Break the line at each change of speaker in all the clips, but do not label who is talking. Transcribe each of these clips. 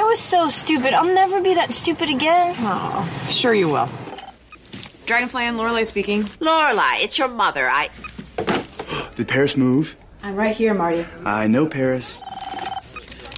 was so stupid. I'll never be that stupid again.
Oh, sure you will. Dragonfly and Lorelei speaking.
Lorelai, it's your mother. I.
Did Paris move?
I'm right here, Marty.
I know Paris.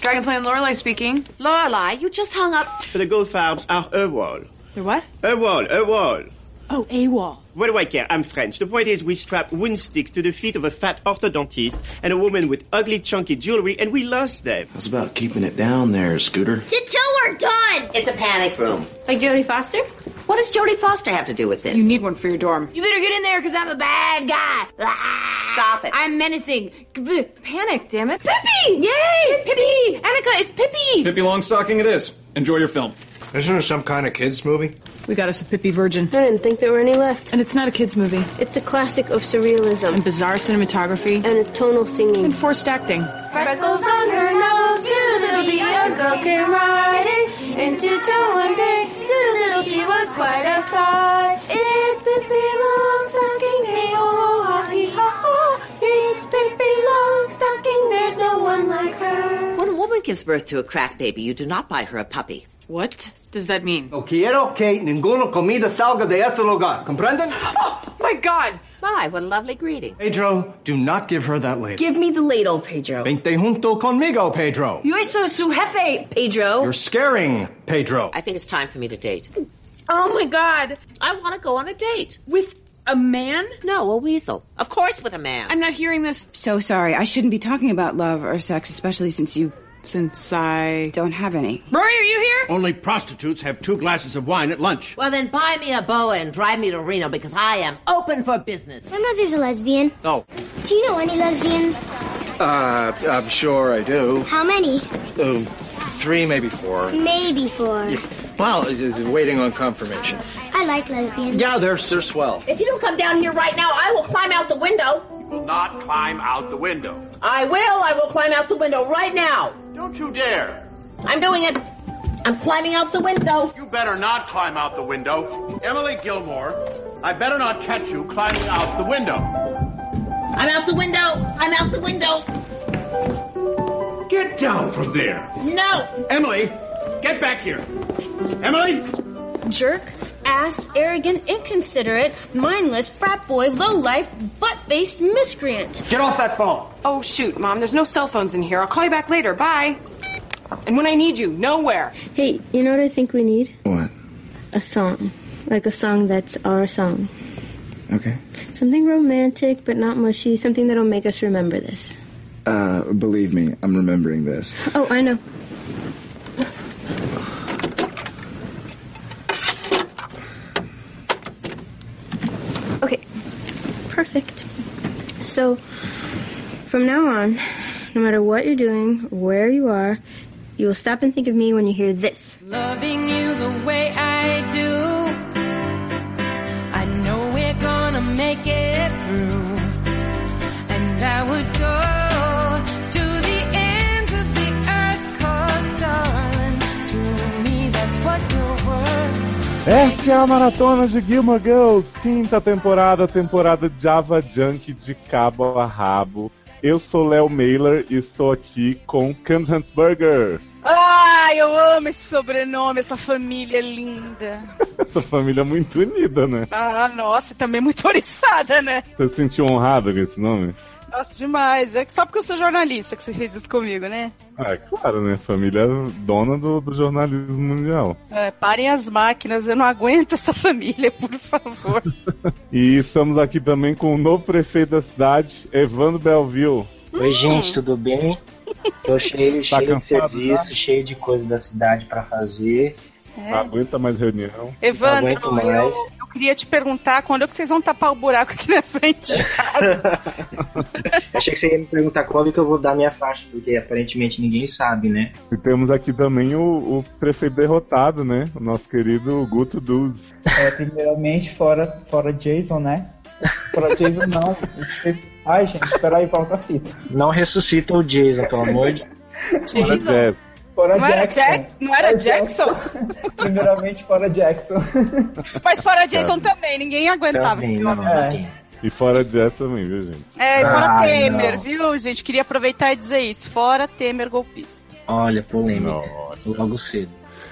Dragonfly and Lorelei speaking.
Lorelai, you just hung up.
For the Goldfarbs are AWOL.
The what?
AWOL, AWOL.
Oh, AWOL.
What do I care? I'm French. The point is we strap wound sticks to the feet of a fat orthodontist and a woman with ugly, chunky jewelry, and we lost them.
It's about keeping it down there, Scooter.
Sit till we're done.
It's a panic room.
Like Jodie Foster?
What does Jodie Foster have to do with this?
You need one for your dorm.
You better get in there because I'm a bad guy.
Stop it.
I'm menacing.
Panic, damn it.
Pippi! Yay! Pippi!
Annika, it's Pippi!
Pippi Longstocking it is. Enjoy your film.
Isn't it some kind of kids movie?
We got us a Pippi virgin.
I didn't think there were any left.
And it's not a kids movie.
It's a classic of surrealism
And bizarre cinematography.
and atonal
And
singing.
forced acting.
Freckles on her nose, doodle the young girl came riding into town one day. Doodle she was quite a sight. It's Pippi Longstocking, hey oh, ha hee ha ha. It's Pippi Longstocking, there's no one like her.
When a woman gives birth to a crack baby, you do not buy her a puppy.
What does that mean?
No quiero que ninguna comida salga de este lugar. ¿Comprenden?
Oh my god!
My, what a lovely greeting.
Pedro, do not give her that ladle.
Give me the ladle, Pedro.
Vente junto conmigo, Pedro.
You so su jefe, Pedro.
You're scaring Pedro.
I think it's time for me to date.
Oh my god!
I want to go on a date.
With a man?
No, a weasel. Of course with a man.
I'm not hearing this.
So sorry. I shouldn't be talking about love or sex, especially since you
Since I.
don't have any.
Rory, are you here?
Only prostitutes have two glasses of wine at lunch.
Well, then buy me a boa and drive me to Reno because I am open for business.
My mother's a lesbian.
Oh,
Do you know any lesbians?
uh, I'm sure I do.
How many?
Oh, three, maybe four.
Maybe four.
Well, it's- it's waiting on confirmation.
I like lesbians.
Yeah, they're, they're swell.
If you don't come down here right now, I will climb out the window.
Will not climb out the window.
I will. I will climb out the window right now.
Don't you dare.
I'm doing it. I'm climbing out the window.
You better not climb out the window. Emily Gilmore, I better not catch you climbing out the window.
I'm out the window. I'm out the window.
Get down from there.
No.
Emily, get back here. Emily?
Jerk, ass, arrogant, inconsiderate, mindless, frat boy, lowlife, butt-faced miscreant.
Get off that phone.
Oh shoot, Mom, there's no cell phones in here. I'll call you back later. Bye. And when I need you, nowhere.
Hey, you know what I think we need?
What?
A song. Like a song that's our song.
Okay.
Something romantic but not mushy, something that'll make us remember this.
Uh, believe me, I'm remembering this.
Oh, I know. Okay, perfect. So, from now on, no matter what you're doing, where you are, you will stop and think of me when you hear this.
Loving you the way I do. I know we're gonna make it through. And I would go to the ends of the earth, cause darling, to me that's what you're worth.
Essa é a maratona de Gilmore Girls, quinta temporada, temporada Java Junk de cabo a rabo. Eu sou Léo Mailer e estou aqui com Cam Hansberger,
Ai, eu amo esse sobrenome, essa família linda.
essa família muito unida, né?
Ah, nossa, também muito oriçada, né?
Você se sentiu honrado com esse nome?
Nossa, demais. É que só porque eu sou jornalista que você fez isso comigo, né?
Ah, é claro, né? Família dona do, do jornalismo mundial.
É, parem as máquinas, eu não aguento essa família, por favor.
E estamos aqui também com o novo prefeito da cidade, Evandro Belville.
Oi, gente, tudo bem? Tô cheio,
Tá cheio de cansado, serviço, tá?
cheio de coisa da cidade para fazer.
É.
Aguenta mais reunião.
Evandro,
Não aguento
eu,
mais.
eu queria te perguntar quando é que vocês vão tapar o buraco aqui na frente.
Achei que você ia me perguntar quando que eu vou dar minha faixa, porque aparentemente ninguém sabe, né?
E temos aqui também o, o prefeito derrotado, né? O nosso querido Guto Duz.
É, primeiramente, fora, fora Jason, né? Fora Jason, não. Ai, gente, espera aí, volta a fita. Não ressuscita o Jason, pelo amor de
Fora Jazz.
Fora
Não era, Jack, não era Jackson?
Primeiramente, fora Jackson.
Mas
Tá
fora Jason também, ninguém aguentava.
Também,
viu?
Tá não, né? não.
E fora Jazz também, viu, gente?
É, fora
Ai,
Temer,
não.
viu, gente? Queria aproveitar e dizer isso. Fora Temer golpista.
Olha, polêmica. Logo cedo.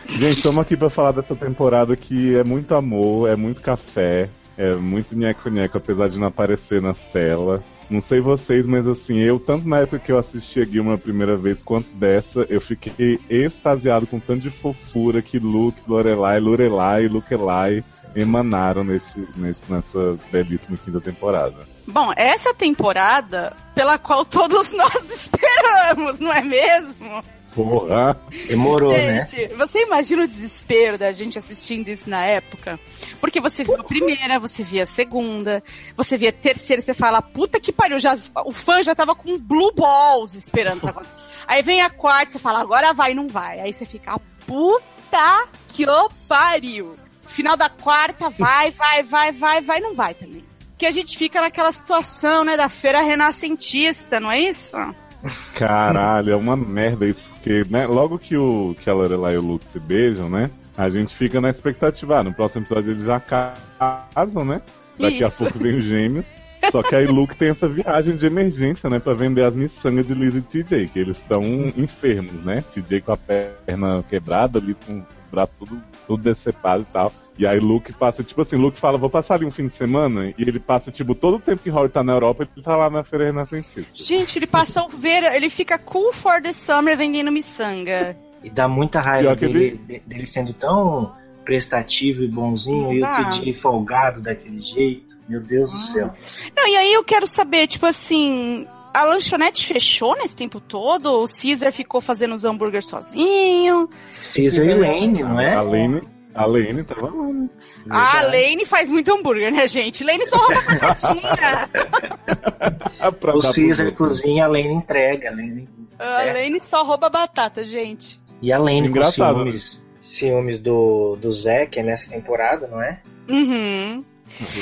Gente, estamos aqui pra falar dessa temporada que é muito amor, é muito café, é muito nheco-nheco, apesar de não aparecer nas telas. Não sei vocês, mas assim, eu, tanto na época que eu assisti a Gilman a primeira vez, quanto dessa, eu fiquei extasiado com o tanto de fofura que Luke, Lorelai, Lorelai, Lukelai emanaram nesse, nesse, nessa belíssima quinta temporada.
Bom, essa é a temporada pela qual todos nós esperamos, não é mesmo?
Porra!
Demorou,
É.
né?
Gente, você imagina o desespero da gente assistindo isso na época? Porque você viu a primeira, você via a segunda, você via a terceira, você fala, puta que pariu, já, o fã já tava com blue balls esperando isso acontecer. Aí vem a quarta, você fala, agora vai, não vai. Aí você fica, "Ah, puta que o pariu. Final da quarta, vai, vai, vai, vai, vai, não vai também. Que a gente fica naquela situação, né, da feira renascentista, não é isso?
Caralho, é uma merda isso, porque né, logo que, o, que a Lorelai e o Luke se beijam, né? A gente fica na expectativa. Ah, no próximo episódio eles já casam, né? Daqui a
Isso.
pouco vem os gêmeos. Só que aí Luke tem essa viagem de emergência, né? Pra vender as miçangas de Liz e TJ, que eles estão enfermos, né? TJ com a perna quebrada, Liz com o braço tudo, tudo decepado e tal. E aí Luke passa, tipo assim, Luke fala, vou passar ali um fim de semana, e ele passa, tipo, todo o tempo que Rory tá na Europa, ele tá lá na Feira Renascentista.
Gente, ele passa o verão, ele fica cool for the summer vendendo miçanga.
E dá muita raiva
Pior que
dele, de- dele sendo tão prestativo e bonzinho e
Tá.
o TJ folgado daquele jeito. Meu Deus do céu.
Não, e aí eu quero saber, tipo assim, a lanchonete fechou nesse tempo todo? O Caesar ficou fazendo os hambúrgueres sozinho?
Caesar e Lane, não é?
A Lane, a Lane tava lá, né?
Ah, a Lane faz muito hambúrguer, né, gente? Lane só rouba pacotinha.
Pra
o
dar
Caesar
pro-
cozinha, a Lane entrega. a Lane-
a Lane só rouba batata, gente.
E a Lane com
Engraçado,
ciúmes, ciúmes do, do Zack nessa temporada, não é?
Uhum.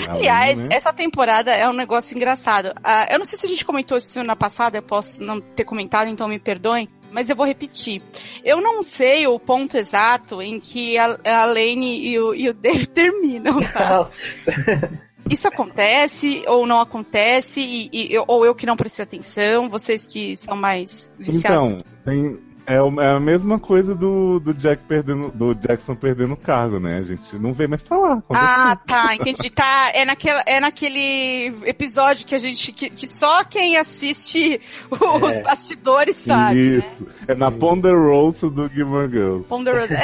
Aliás,
né?
essa temporada é um negócio engraçado. Ah, eu não sei se a gente comentou isso na passada, eu posso não ter comentado, então me perdoem, mas eu vou repetir. Eu não sei o ponto exato em que a, a Lane e o, e o Dave terminam, tá? Isso acontece ou não acontece, e- e eu- ou eu que não prestei atenção, vocês que são mais viciados.
Então, tem, é, o- é a mesma coisa do, do, Jack perdendo, do Jackson perdendo o cargo, né? A gente não vê mais falar.
Ah, tá, entendi. Tá, é, naquela, é naquele episódio que a gente. que, que só quem assiste os
É.
bastidores sabe. né?
Isso. É na Ponderosa do Gilmore Girls.
Ponderosa.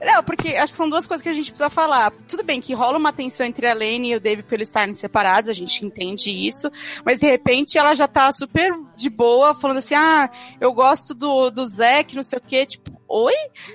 É, não, porque acho que são duas coisas que a gente precisa falar. Tudo bem que rola uma tensão entre a Lane e o David por eles estarem separados, a gente entende isso, mas de repente ela já tá super de boa, falando assim, ah, eu gosto do, do Zack, não sei o quê, tipo, oi?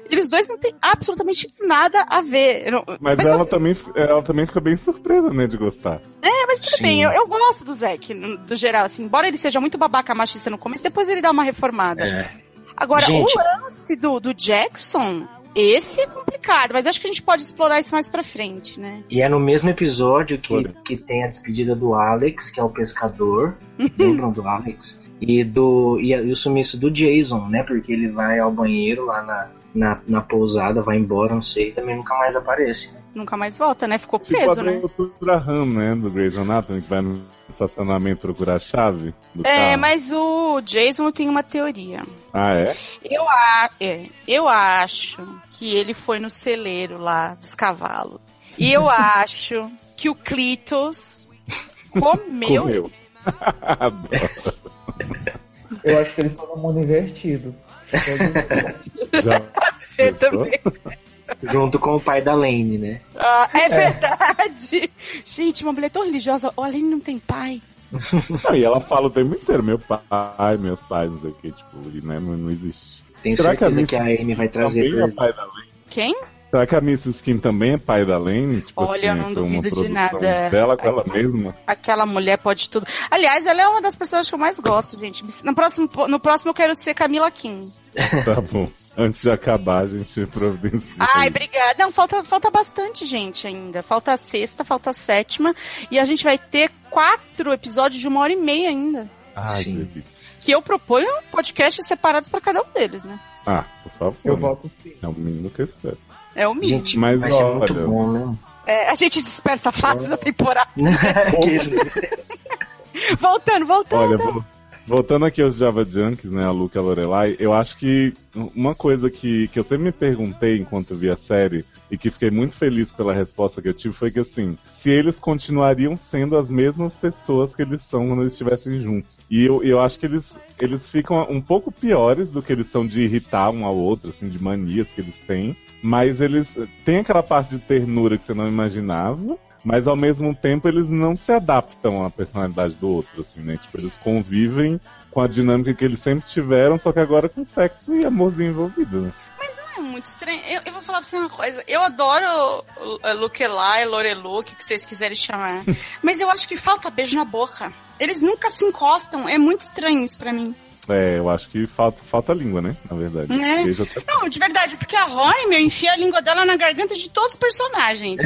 Eles dois não têm absolutamente nada a ver. Eu não-
Mas,
mas
ela, também, ela também fica bem surpresa, né, de gostar.
é, mas tudo
Sim.
bem, eu, eu gosto do Zack, no- do geral, assim, embora ele seja muito babaca machista no começo, depois ele dá uma reformada. Agora,
Gente.
o lance do, do Jackson, esse é complicado, mas acho que a gente pode explorar isso mais pra frente, né?
E é no mesmo episódio que, que tem a despedida do Alex, que é o pescador. Lembram do Alex? E, do, e, a- e o sumiço do Jason, né? Porque ele vai ao banheiro lá na, na, na pousada, vai embora, não sei, e também nunca mais aparece. né?
Nunca mais volta, né? Ficou
Tipo
preso,
a
né?
doutora Ham, né, do Grey's Anatomy, que vai no estacionamento procurar a chave do
É,
carro.
mas o Jason tem uma teoria.
Ah, é?
Eu, a, é, eu acho que ele foi no celeiro lá dos cavalos. E eu acho que o Clitos comeu.
Comeu.
Eu acho que eles estão no mundo invertido.
Eu também.
Junto com o pai da Lane, né?
Ah, é verdade! Gente, uma mulher tão religiosa, olha, ele não tem pai.
Não, e ela fala o tempo inteiro, meu pai, meus pais, não sei o que, tipo, e, né, não, não existe.
Tenho certeza que a Amy vai trazer
também é
pra-
pai da Lane?
Quem?
Será que a Miss Skin também é pai da Lane? Tipo
Olha, eu
assim,
não
foi uma
duvido de
produção
nada.
Dela com ela mesma?
Aquela mulher pode tudo. Aliás, ela é uma das personagens que eu mais gosto, gente. No próximo, no próximo eu quero ser Camila Kim.
tá bom. Antes de acabar, a gente providencia.
Ai, obrigada. Não, falta, falta bastante gente ainda. Falta a sexta, falta a sétima. E a gente vai ter quatro episódios de uma hora e meia ainda.
Ai, Sim.
Que eu proponho podcasts separados pra cada um deles, né?
Ah, por favor.
Eu
né?
voto
É o mínimo que eu espero.
É o mínimo.
Gente,
Mas
vai ser
olha,
muito bom, né?
É, a gente dispersa a face da temporada.
Aquele-
voltando, voltando.
Olha, vo- Voltando aqui aos Java Junkies, né, a Luca e a Lorelai, eu acho que uma coisa que, que eu sempre me perguntei enquanto eu vi a série, e que fiquei muito feliz pela resposta que eu tive, foi que assim, se eles continuariam sendo as mesmas pessoas que eles são quando eles estivessem juntos. E eu, eu acho que eles, eles ficam um pouco piores do que eles são de irritar um ao outro, assim, de manias que eles têm. Mas eles têm aquela parte de ternura que você não imaginava, mas ao mesmo tempo eles não se adaptam à personalidade do outro, assim, né? Tipo, eles convivem com a dinâmica que eles sempre tiveram, só que agora com sexo e amorzinho envolvido, né?
É muito estranho. Eu, eu vou falar pra você uma coisa. Eu adoro uh, Luquelai, Lorelu, o que que vocês quiserem chamar. Mas eu acho que falta beijo na boca. Eles nunca se encostam. É muito estranho isso pra mim.
É, eu acho que falta, falta língua, né? Na verdade.
Né?
Beijo até-
Não, de verdade, porque a Rory, meu, enfia a língua dela na garganta de todos os personagens.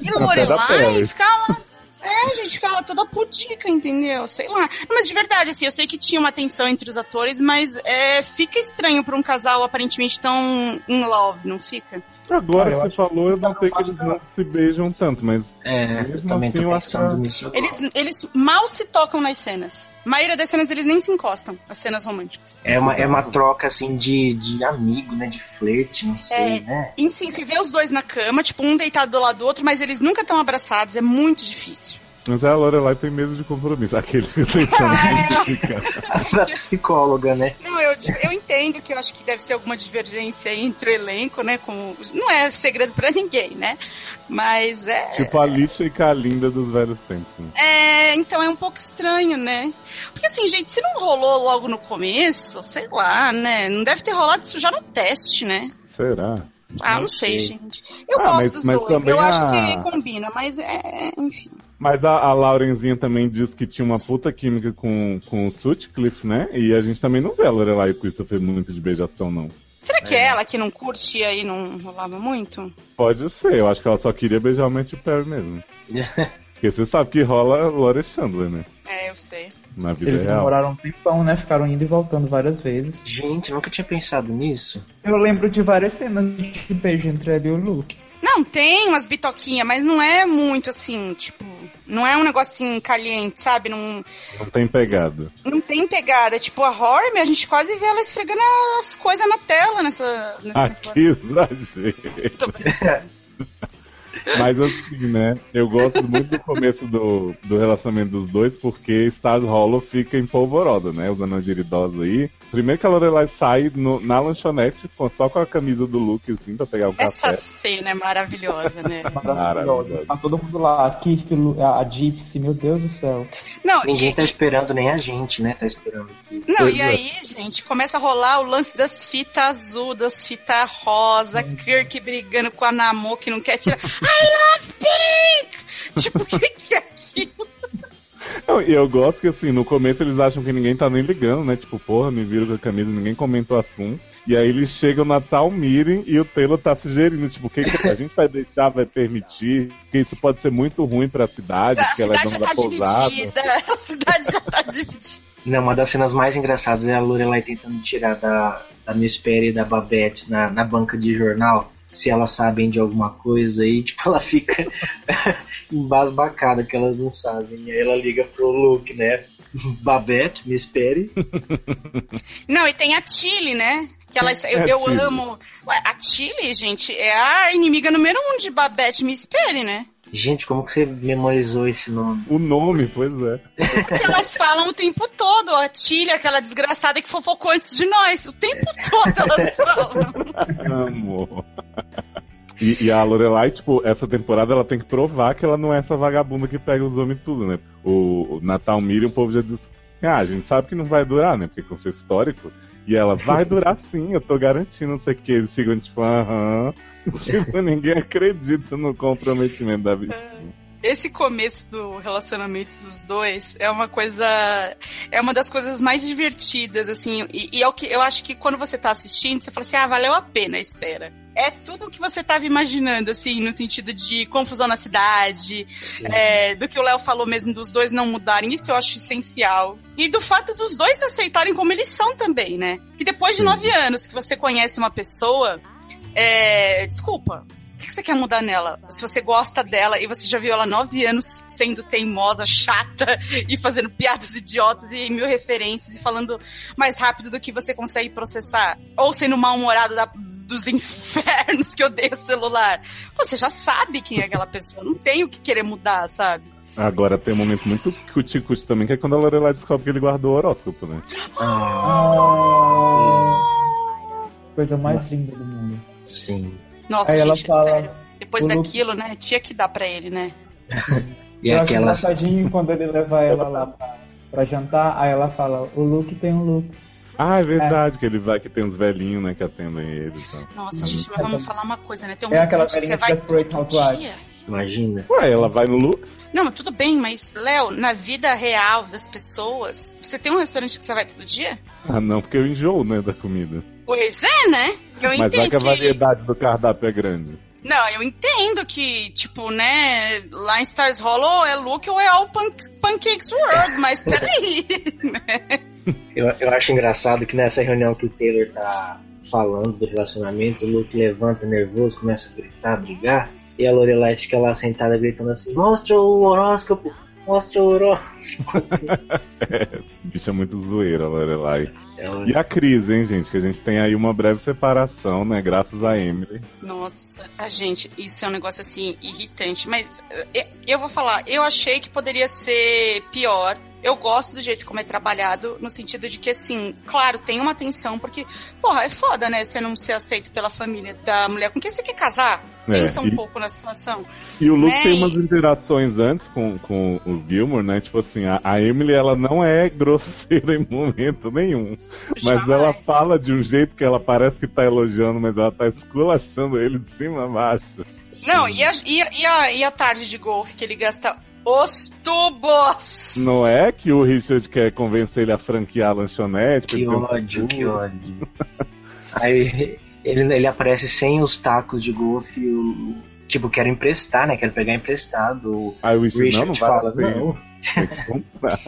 E
Na
Lorelai
pele.
fica lá. É, gente, fica lá toda pudica, entendeu? Sei lá. Não, Mas de verdade, assim, eu sei que tinha uma tensão entre os atores, mas é, fica estranho pra um casal aparentemente tão in love, não fica?
Agora
Ah, eu
que você falou, eu notei que eles não se beijam tanto, mas
é,
mesmo
também
assim
tô
eu acho
pensando
Eles, eles mal se tocam nas cenas. A maioria das cenas eles nem se encostam, as cenas românticas.
É uma, é uma troca assim de, de amigo, né? De flerte, não sei,
É,
né?
e sim, você vê os dois na cama, tipo, um deitado do lado do outro, mas eles nunca estão abraçados, é muito difícil.
Mas é, a Lorelai tem medo de compromisso. Aquele que tem tanto de ficar.
Da psicóloga, né?
Não, eu, eu entendo que eu acho que deve ser alguma divergência entre o elenco, né? Com, não é segredo pra ninguém, né? Mas é.
Tipo a lixa e Kalinda dos velhos tempos. né?
É, então é um pouco estranho, né? Porque assim, gente, se não rolou logo no começo, sei lá, né? Não deve ter rolado isso já no teste, né?
Será?
Ah, não,
Não
sei,
sei.
gente. Eu
Ah,
gosto
mas-
dos
mas
dois.
também
Eu acho
a-
que combina, mas é. Enfim.
Mas a, a Laurenzinha também diz que tinha uma puta química com, com o Sutcliffe, né? E a gente também não vê a Lorelai e o Christopher muito de beijação, não.
Será que é ela que não curte e aí não rolava muito?
Pode ser, eu acho que ela só queria beijar o Matthew Perry mesmo. Porque você sabe que rola Lore Chandler, né?
É, eu sei.
Na vida
Eles
real.
demoraram um tempão, né? Ficaram indo e voltando várias vezes.
Gente, eu nunca tinha pensado nisso.
Eu lembro de várias cenas de beijo entre ela e o Luke.
Não, tem umas bitoquinhas, mas não é muito assim, tipo. Não é um negocinho caliente, sabe? Não,
Não tem pegada.
não tem pegada. Tipo, a Horm, a gente quase vê ela esfregando as coisas na tela nessa. nessa
Ah, que exagero. Mas assim, né? Eu gosto muito do começo do, do relacionamento dos dois, porque Stars Hollow fica em polvorosa, né? Usando a giridosa aí. Primeiro que a Lorelai sai no- na lanchonete com- só com a camisa do Luke, assim, pra pegar o
Essa
café.
cena é maravilhosa, né?
é
Maravilhosa.
Tá todo mundo lá, a Kirk, Lu- a a Gypsy, meu Deus do céu.
Não,
Ninguém tá esperando, nem a gente, né? Tá esperando. que-
Não,
é.
e aí, gente, começa a rolar o lance das fitas azul, das fitas rosa,
Hum.
Kirk brigando com a Namor que não quer tirar. I love pink! Tipo, o que, que é aquilo?
Não, E eu gosto que, assim, no começo eles acham que ninguém tá nem ligando, né? Tipo, porra, me viram com a camisa, ninguém comenta o assunto. E aí eles chegam na tal meeting e o Taylor tá sugerindo, tipo, o que, que a gente vai deixar, vai permitir, que isso pode ser muito ruim pra cidade,
A
porque ela é
cidade já
dona
tá
da pousada.
dividida, a cidade já tá dividida.
Não, uma das cenas mais engraçadas é a Lorelai tentando tirar da, da Miss Perry e da Babette na, na banca de jornal se elas sabem de alguma coisa e tipo ela fica embasbacada que elas não sabem. E aí ela liga pro Luke, né? Babette, Miss Perry.
Não, e tem a Tilly, né? Que ela, eu,
É,
eu
Tilly.
amo. Ué, a Tilly, gente, é a inimiga número um de Babette Miss Perry, né?
Gente, como que você memorizou esse nome?
O nome, pois é.
Porque elas falam o tempo todo, a Tilly, aquela desgraçada que fofocou antes de nós. O tempo todo elas falam.
Amor. E, e a Lorelai, tipo, essa temporada ela tem que provar que ela não é essa vagabunda que pega os homens tudo, né? O, o Natal Miriam, o povo já diz, ah, a gente sabe que não vai durar, né? Porque com seu histórico. E ela, vai durar sim, eu tô garantindo, não sei o que. Eles ficam tipo, aham. Tipo, ninguém acredita no comprometimento da bichinha.
Esse começo do relacionamento dos dois é uma coisa. É uma das coisas mais divertidas, assim. E, e é o que eu acho que quando você tá assistindo, você fala assim: ah, valeu a pena a espera. É tudo o que você tava imaginando, assim, no sentido de confusão na cidade, é, do que o Léo falou mesmo, dos dois não mudarem, isso eu acho essencial. E do fato dos dois se aceitarem como eles são também, né? Que depois de nove anos que você conhece uma pessoa, é, desculpa, O que você quer mudar nela? Se você gosta dela e você já viu ela nove anos sendo teimosa, chata e fazendo piadas idiotas e mil referências e falando mais rápido do que você consegue processar, ou sendo mal-humorado da- dos infernos que odeia celular, você já sabe quem é aquela pessoa, não tem o que querer mudar, sabe?
Agora tem um momento muito cuti-cuti também, que é quando a Lorelai descobre que ele guardou o horóscopo, né?
Coisa mais linda do mundo.
Sim.
Nossa,
Aí ela
gente, é
fala, um
sério. Depois
"O Lu-
daquilo, né? Tinha que dar pra ele, né?
E
eu
aquela-
acho engraçadinho quando ele leva ela lá
tá-
pra, pra jantar, aí ela fala, o Luke tem um look.
Ah, é verdade que ele vai que tem uns velhinhos, né, que atendem ele. e tal.
Nossa, gente, mas vamos falar uma coisa, né? Tem um
É aquela
restaurante que
velhinha
você
que
vai
faz Great
todo
Housewives.
dia.
Imagina.
Ué, ela vai no look?
Não, mas tudo bem, mas, Léo, na vida real das pessoas, você tem um restaurante que você vai todo dia?
Ah, não, porque eu enjoo, né, da comida.
Pois é, né? Eu
Mas vai
entendo
que a
que...
variedade do cardápio é grande.
Não, eu entendo que, tipo, né, lá em Stars Hollow é Luke ou é All Pan- Pancakes World, mas peraí.
Eu, eu acho engraçado que nessa reunião que o Taylor tá falando do relacionamento, o Luke levanta nervoso, começa a gritar, a brigar, e a Lorelai fica lá sentada gritando assim, mostra o horóscopo, mostra o horóscopo.
É, bicho é muito zoeira, Lorelai.
É um
E a crise, hein, gente? Que a gente tem aí uma breve separação, né? Graças a Emily.
Nossa, a gente, isso é um negócio assim irritante, mas eh, eu vou falar, eu achei que poderia ser pior. Eu gosto do jeito como é trabalhado, no sentido de que, assim, claro, tem uma tensão, porque, porra, é foda, né? Você não ser aceito pela família da mulher com quem você quer casar.
É,
Pensa um
e-
pouco na situação.
E o Luke
né?
tem umas interações antes com, com o Gilmore, né? Tipo assim, a, a Emily, ela não é grosseira em momento nenhum. Mas ela fala de um jeito que ela parece que tá elogiando, mas ela tá esculachando ele de cima a baixo.
Não, e a, e, a- e a, e a tarde de golfe que ele gasta os tubos?
Não é que o Richard quer convencer ele a franquear a lanchonete?
Que ódio, que ódio. Aí ele, ele aparece sem os tacos de golfe, o- tipo, quero emprestar, né? Quero pegar emprestado.
Aí o
Richard
não, não vai
fala,
ter.
não.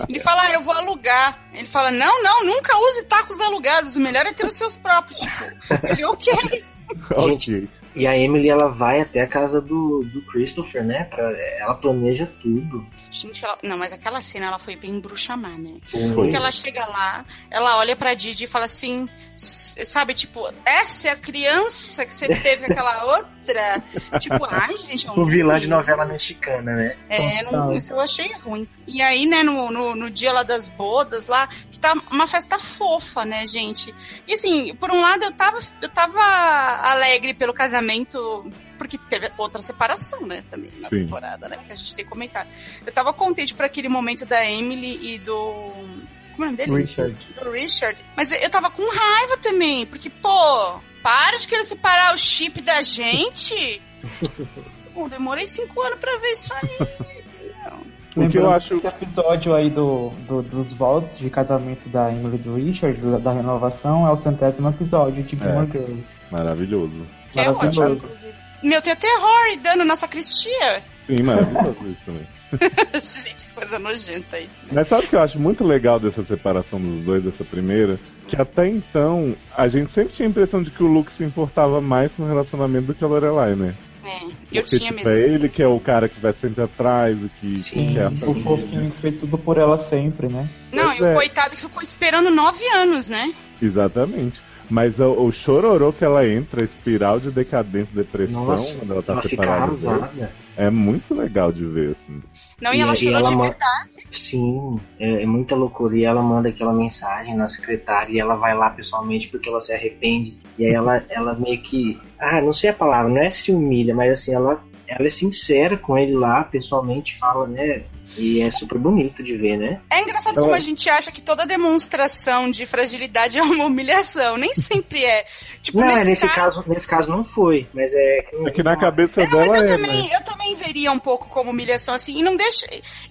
Ele fala, ah, eu vou alugar. Ele fala, não, não, nunca use tacos alugados. O melhor é ter os seus próprios. Tipo, ele, ok.
Gente, e a Emily ela vai até a casa do, do Christopher, né? Pra, ela planeja tudo.
Gente, ela- não, mas aquela cena, ela foi bem bruxamar, né?
Foi.
Porque ela chega lá, ela olha pra Didi e fala assim, s- sabe, tipo, essa é a criança que você teve com aquela outra? Tipo, ai, gente, é um
o vilão de
crime.
novela mexicana, né?
É, não, isso eu achei ruim. E aí, né, no, no, no dia lá das bodas, lá, que tá uma festa fofa, né, gente? E assim, por um lado, eu tava, eu tava alegre pelo casamento, porque teve outra separação, né, também na
Sim.
temporada, né, que a gente tem comentado. Eu tava contente por aquele momento da Emily e do. Como é o nome dele?
Richard.
Do Richard. Mas eu tava com raiva também, porque, pô, para de querer separar o chip da gente. Pô, demorei cinco anos pra ver isso aí.
O que eu
Lembrando
acho.
Esse episódio aí do, do- dos votos de casamento da Emily e do Richard, da, da renovação, é o centésimo episódio de Gilmore Girls.
Maravilhoso.
Que é ótimo, inclusive. Meu, tem até Rory dando na sacristia.
Sim, maravilhoso isso também.
Gente, que coisa nojenta isso.
Mas sabe o que eu acho muito legal dessa separação dos dois, dessa primeira? Que até então, a gente sempre tinha a impressão de que o Luke se importava mais com o relacionamento do que a Lorelai, né?
É, eu
Porque,
tinha
tipo,
mesmo.
é ele que é o cara que vai sempre atrás, o que, que é quer a
um
O
né?
fofinho que fez tudo por ela sempre, né?
Não, e o coitado que ficou esperando nove anos, né?
Exatamente. Mas o, o chororô que ela entra, a espiral de decadência, depressão,
Nossa,
quando ela tá
ela fica
separada. dele,
arrasada.
É muito legal de ver, assim.
Não, e, ela chorou de
ma-
verdade.
Sim, é, é muita loucura. E ela manda aquela mensagem na secretária e ela vai lá pessoalmente porque ela se arrepende. E aí ela, ela meio que. Ah, não sei a palavra, não é se humilha, mas assim, ela, ela é sincera com ele lá, pessoalmente fala, né? E é super bonito de ver, né?
É engraçado
Ela-
como a gente acha que toda demonstração de fragilidade é uma humilhação. Nem sempre é. Tipo,
não,
nesse,
é, nesse
caso,
caso, nesse caso não foi, mas é.
É que na cabeça dela
Ah, eu
é,
também, eu também veria um pouco como humilhação, assim, e não deixa.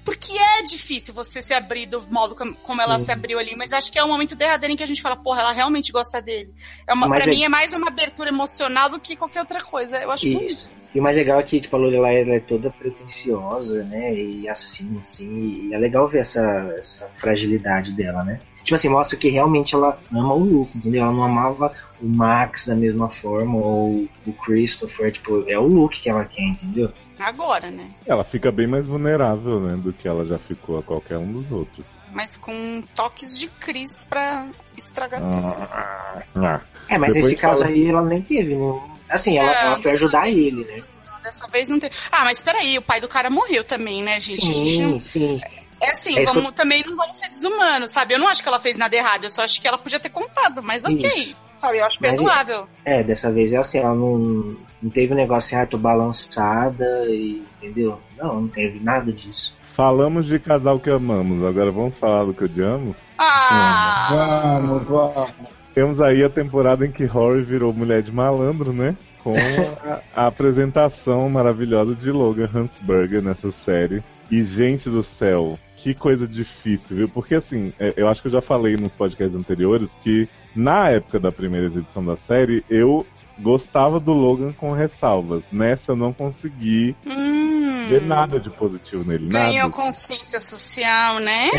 Porque é difícil você se abrir do modo como, como ela
Sim.
se abriu ali, mas acho que é um momento derradeiro em que a gente fala, porra, ela realmente gosta dele. É uma,
Mas
pra
é-
mim é mais uma abertura emocional do que qualquer outra coisa. Eu acho bonito.
Isso. E o mais legal é que, tipo, a Lorelai ela é toda pretensiosa, é né? E assim, mesmo, assim. E é legal ver essa, essa fragilidade dela, né? Tipo assim, mostra que realmente ela ama o Luke, entendeu? Ela não amava o Max da mesma forma, ou o Christopher, tipo, é o Luke que ela quer, entendeu?
Agora, né?
Ela fica bem mais vulnerável, né, do que ela já ficou a qualquer um dos outros.
Mas com toques de Cris pra estragar
Ah, ah.
É, mas
Depois
nesse caso
fala-
aí ela nem teve, né? Assim, ela,
Não,
ela foi ajudar ele, né?
tudo. Dessa vez não teve. Ah, mas peraí, o pai do cara morreu também, né, gente? A gente não-
Sim, sim.
É assim,
É isso
vamos,
que eu-
também não vamos ser desumanos, sabe? Eu não acho que ela fez nada errado, eu só acho que ela podia ter contado, mas ok.
Isso.
Sabe? Eu acho
Mas-
perdoável.
É, dessa vez é assim, ela não, não teve um negócio assim, ah, tô balançada e entendeu? Não, não teve nada disso.
Falamos de casal que amamos, agora vamos falar do que odiamos?
Ah!
Vamos, vamos. Temos aí a temporada em que Rory virou mulher de malandro, né? Com a, a apresentação maravilhosa de Logan Huntsberger nessa série. E, gente do céu, que coisa difícil, viu? Porque, assim, é, eu acho que eu já falei nos podcasts anteriores que, na época da primeira exibição da série, eu gostava do Logan com ressalvas. Nessa eu não consegui
Hum,
ver nada de positivo nele.
ganhou
nada.
consciência social, né?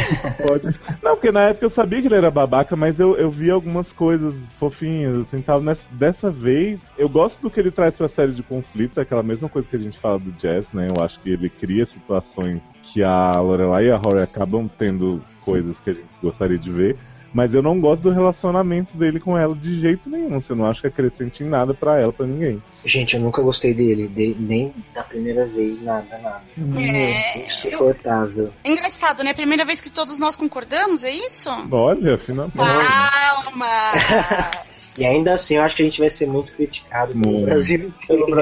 Pode. Não, porque na época eu sabia que ele era babaca, mas eu, eu vi algumas coisas fofinhas, assim, tal. Nessa, dessa vez, eu gosto do que ele traz pra série de conflitos, aquela mesma coisa que a gente fala do Jazz, né? Eu acho que ele cria situações que a Lorelai e a Rory acabam tendo coisas que a gente gostaria de ver. Mas eu não gosto do relacionamento dele com ela de jeito nenhum. Assim, eu não acho que acrescente em nada pra ela, pra ninguém.
Gente, eu nunca gostei dele, de- nem da primeira vez, nada, nada.
É,
Insuportável.
Engraçado, né? Primeira vez que todos nós concordamos, é isso?
Olha, finalmente.
Ah. Calma!
E ainda assim, eu acho que a gente vai ser muito criticado pelo Brasil inteiro.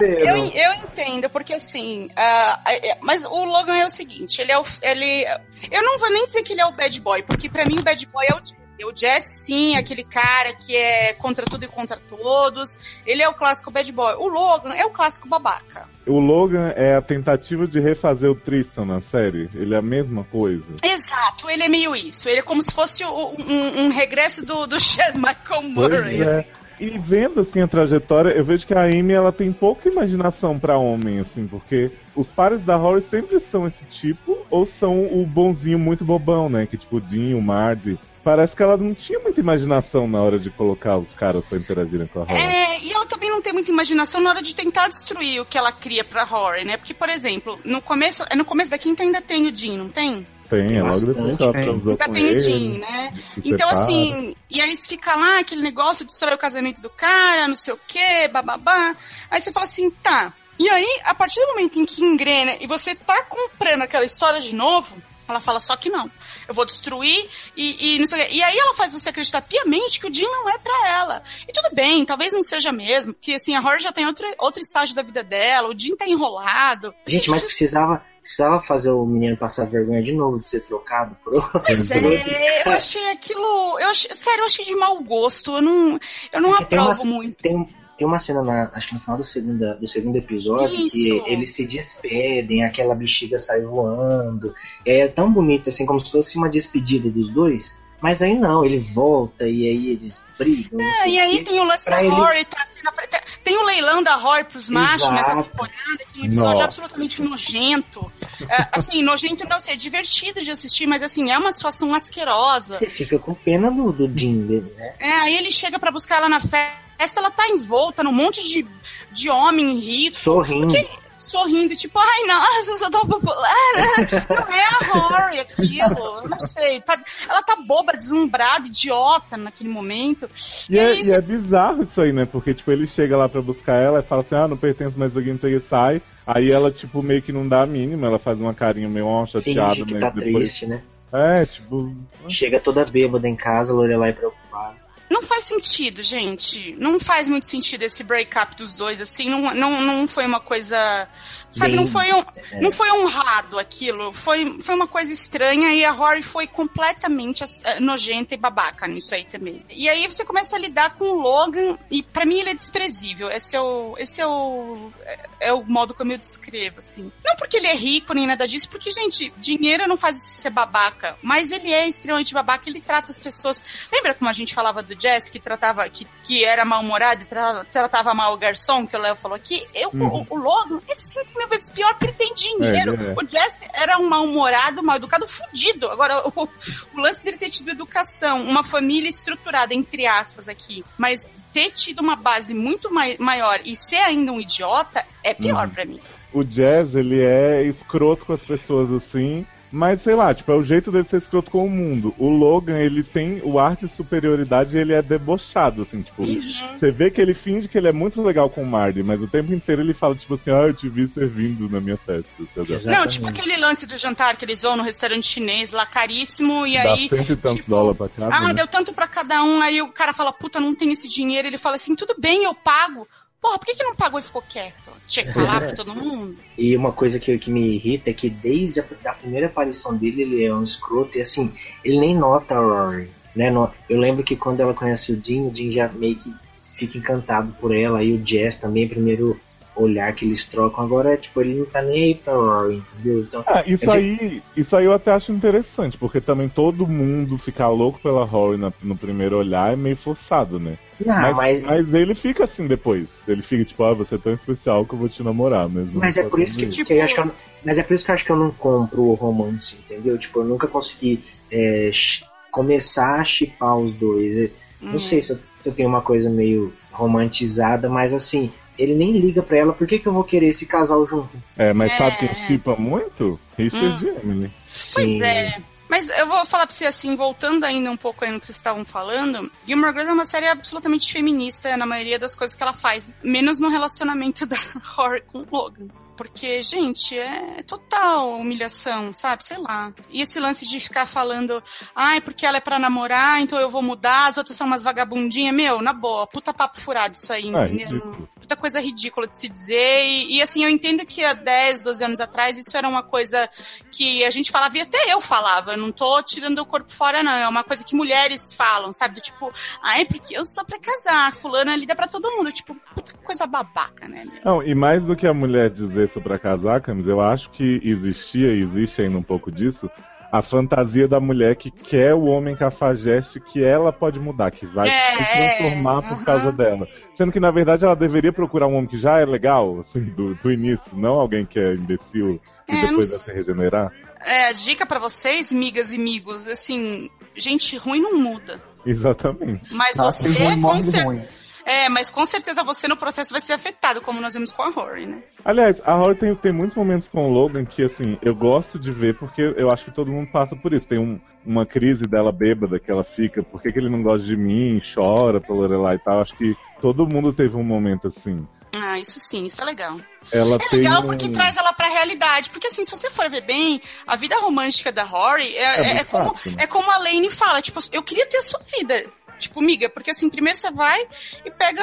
Eu, eu entendo, porque assim. ah, é- mas o Logan é o seguinte: ele é o. Ele, eu não vou nem dizer que ele é o bad boy, porque pra mim o bad boy é o Jazz. O Jazz, sim, é aquele cara que é contra tudo e contra todos. Ele é o clássico bad boy. O Logan é o clássico babaca.
O Logan é a tentativa de refazer o Tristan na série. Ele é a mesma coisa.
Exato, ele é meio isso. Ele é como se fosse o- um, um regresso do, do Chad Michael Murray.
Pois é. E vendo assim a trajetória, eu vejo que a Amy ela tem pouca imaginação pra homem, assim, porque os pares da Rory sempre são esse tipo, ou são o bonzinho muito bobão, né? Que tipo o Dean, o Mardy. Parece que ela não tinha muita imaginação na hora de colocar os caras pra interagirem com a Rory.
É, e ela também não tem muita imaginação na hora de tentar destruir o que ela cria pra Rory, né? Porque, por exemplo, no começo, é no começo da quinta ainda tem o Jean, não tem?
Tem, é logo depois que ela
Bastante,
transou
Ainda
com
tem o Jean,
ele.
né?
se
Então,
separa.
assim, e aí fica lá aquele negócio de estourar o casamento do cara, não sei o quê, bababá. Aí você fala assim, tá. E aí, a partir do momento em que engrena e você tá comprando aquela história de novo, ela fala só que não. Eu vou destruir e, e não sei o quê. E aí ela faz você acreditar piamente que o Jim não é pra ela. E tudo bem, talvez não seja mesmo, porque assim, a Rory já tem outro, outro estágio da vida dela, o Jim tá enrolado.
Gente, mas precisava, precisava fazer o menino passar vergonha de novo de ser trocado por outro.
Pois é, eu achei aquilo. Eu achei, sério, eu achei de mau gosto. Eu não, eu não
Porque tem
aprovo
uma,
muito.
Tem, tem uma cena, na, acho que no final do, segunda, do segundo episódio,
Isso.
que eles se despedem, aquela bexiga sai voando. É tão bonito, assim, como se fosse uma despedida dos dois. Mas aí não, ele volta e aí eles brigam. não
É,
sei
e
o
aí
quê.
tem o lance
Pra
da
ele-
Rory, tá assim, na, tá- tem o leilão da Rory pros machos
Exato.
nessa temporada, que é um episódio
Nossa.
absolutamente nojento. É, assim, nojento não sei, é divertido de assistir, mas assim, é uma situação asquerosa.
Você fica com pena do, do Jim, né?
É, aí ele chega pra buscar ela na festa, ela tá envolta num monte de, de homem rico.
Sorrindo.
Que- sorrindo, tipo, ai, nossa, eu sou tão popular. Não é a Rory aquilo, eu não sei. Tá- ela tá boba, deslumbrada, idiota naquele momento.
E é, e é bizarro isso aí, né? Porque, tipo, ele chega lá pra buscar ela e fala assim, ah, não pertenço mais ao Game e sai. Aí ela, tipo, meio que não dá a mínima, ela faz uma carinha meio ó, chateada,
Finge que
mas
tá
depois.
triste, né?
É, tipo.
Chega toda bêbada em casa, Lorelai preocupada.
Não faz sentido, gente. Não faz muito sentido esse break-up dos dois, assim. Não, não, não foi uma coisa. Sabe,
Bem,
não foi, um,
é.
não foi honrado aquilo. Foi, foi uma coisa estranha e a Rory foi completamente ass- eh, nojenta e babaca nisso aí também. E aí você começa a lidar com o Logan e pra mim ele é desprezível. Esse é o, esse é o, é- é o modo como eu descrevo, assim. Não porque ele é rico nem nada disso, porque, gente, dinheiro não faz você ser babaca. Mas ele é extremamente babaca, ele trata as pessoas. Lembra como a gente falava do Jess que tratava, que, que era mal-humorada e tratava, tratava mal o garçom, que o Léo falou aqui, eu,
Uhum.
o, o Logan é cinco mil vezes pior porque ele tem dinheiro.
É, é, é.
O Jesse era um mal-humorado, mal-educado, fudido. Agora, o, o lance dele ter tido educação, uma família estruturada, entre aspas, aqui, mas ter tido uma base muito mai- maior e ser ainda um idiota é pior
Uhum.
pra mim.
O jazz, ele é escroto com as pessoas assim. Mas sei lá, tipo, é o jeito dele ser escroto com o mundo. O Logan, ele tem o ar de superioridade e ele é debochado, assim, tipo.
Uhum.
Você vê que ele finge que ele é muito legal com o Marty, mas o tempo inteiro ele fala, tipo assim, ah, eu te vi servindo na minha festa. tá entendeu?
Não, tipo aquele lance do jantar que eles vão no restaurante chinês lá caríssimo e
Dá
aí.
cento e tantos dólares pra cada.
Ah,
né?
deu tanto pra cada um, aí o cara fala, puta, não tem esse dinheiro. Ele fala assim, tudo bem, eu pago. Porra, por que, que não pagou e ficou quieto? Tinha que
É.
falar pra todo mundo.
E uma coisa que, que me irrita é que desde a da primeira aparição dele, ele é um escroto e assim, ele nem nota a Rory. Né? No- eu lembro que quando ela conhece o Dean, o Dean já meio que fica encantado por ela, e o Jess também, primeiro olhar que eles trocam, agora tipo, ele não tá nem aí pra Rory, entendeu? Então,
Ah, isso
é de-
aí, isso aí eu até acho interessante, porque também todo mundo ficar louco pela Rory na- no primeiro olhar é meio forçado, né?
Não,
mas... ele fica assim depois. Ele fica tipo, ah, você é tão especial que eu vou te namorar mesmo.
Mas é por isso que, que eu acho que eu, não- mas é por isso que eu acho que eu não compro o romance, entendeu? Tipo, eu nunca consegui é, sh- começar a chipar os dois. Eu-
Hum.
Não sei se eu, se eu tenho uma coisa meio romantizada, mas assim, ele nem liga pra ela, por que, que eu vou querer esse casal junto?
É, mas
É. Hum.
sabe quem chipa muito? Richard e Emily.
Pois é. Mas eu vou falar pra você assim, voltando ainda um pouco aí no que vocês estavam falando, Gilmore Girls é uma série absolutamente feminista na maioria das coisas que ela faz, menos no relacionamento da Rory com o Logan. Porque, gente, é total humilhação, sabe? Sei lá. E esse lance de ficar falando, ai, porque ela é pra namorar, então eu vou mudar, as outras são umas vagabundinhas. Meu, na boa, puta papo furado isso aí,
Ah,
entendeu?
ridículo.
puta coisa ridícula de se dizer. E, e, assim, eu entendo que há 10, 12 anos atrás isso era uma coisa que a gente falava, e até eu falava, eu não tô tirando o corpo fora, não. É uma coisa que mulheres falam, sabe? Do tipo, ai, porque eu sou pra casar, fulana ali dá pra todo mundo. Tipo, puta coisa babaca, né? meu?
Não, e mais do que a mulher dizer sobre a casaca, Camis, eu acho que existia e existe ainda um pouco disso. A fantasia da mulher que quer o homem cafajeste que ela pode mudar, que
É,
vai se transformar por causa dela. Sendo que, na verdade, ela deveria procurar um homem que já é legal, assim, do, do início, não alguém que é imbecil e
É, não
depois vai
sei.
se regenerar.
É, dica pra vocês, migas e amigos, assim, gente ruim não muda.
Exatamente.
Mas
Tá
você,
um
com certeza. É, mas com certeza você no processo vai ser afetado, como nós vimos com a Rory, né?
Aliás, a Rory tem, tem muitos momentos com o Logan que, assim, eu gosto de ver porque eu acho que todo mundo passa por isso. Tem um- uma crise dela bêbada que ela fica, por que, que ele não gosta de mim, chora pelo Lorelai e tal. Acho que todo mundo teve um momento assim.
Ah, isso sim, isso é legal.
Ela
É
tem
legal
um-
porque traz ela pra realidade. Porque assim, se você for ver bem, a vida romântica da Rory é,
É
é-
muito
é como,
fácil, né?
é como a Lane fala, tipo, eu queria ter a sua vida. Tipo, miga, porque assim, primeiro você vai e pega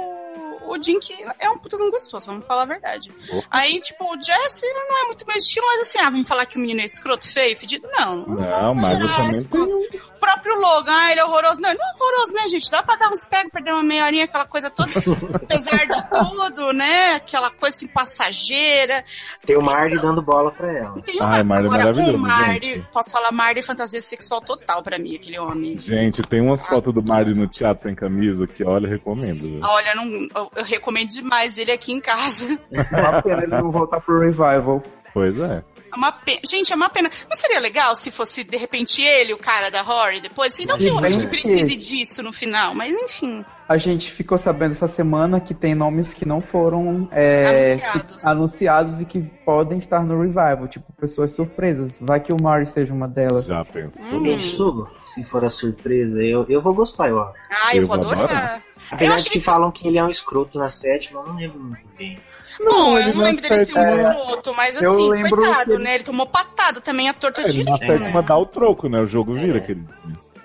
o. O Jim, que é um puta de um gostoso, vamos falar a verdade.
Opa.
Aí, tipo, o Jesse não é muito meu estilo, mas assim, ah, vamos falar que o menino é escroto, feio, fedido? Não.
Não, mas eu também um.
O próprio Logan, ah, ele é horroroso. Não, ele não é horroroso, né, gente? Dá pra dar uns pegos, perder uma meia horinha, aquela coisa toda. Apesar de tudo, né? Aquela coisa assim, passageira.
Tem o Marty dando bola pra ela.
Tem
Ai, Marley é maravilhoso,
o Marley,
gente.
posso falar Marley é fantasia sexual total pra mim, aquele homem.
Gente, tem umas fotos do Mario no teatro sem camisa que, olha, eu recomendo.
Ah, Olha, não, eu, eu recomendo demais ele aqui em casa.
Uma pena ele não voltar pro Revival.
Pois é.
É uma pena. Gente, é uma pena. Não seria legal se fosse, de repente, ele, o cara da Rory, depois? Assim, não
Sim,
tem hoje
mas
que
por quê?
precise disso no final, mas enfim.
A gente ficou sabendo essa semana que tem nomes que não foram é,
Anunciados.
anunciados e que podem estar no revival, tipo pessoas surpresas. Vai que o Mari seja uma delas.
Já pensou.
Hum.
Pensou? Se for a surpresa, eu, eu vou gostar, eu acho.
Ah, eu Eu vou vou adorar. adorar. Eu
Apesar
acho
de que falam que ele é um escroto na sétima, eu não lembro muito bem.
Bom, eu
ele
não
não
lembro dele ser um
é
aceita.
escroto, mas
Eu
assim,
lembro
coitado,
que ele-
né? Ele tomou patada também a torta
É, Ele na
direita. né?
sétima dá o troco, né? O jogo vira aquele.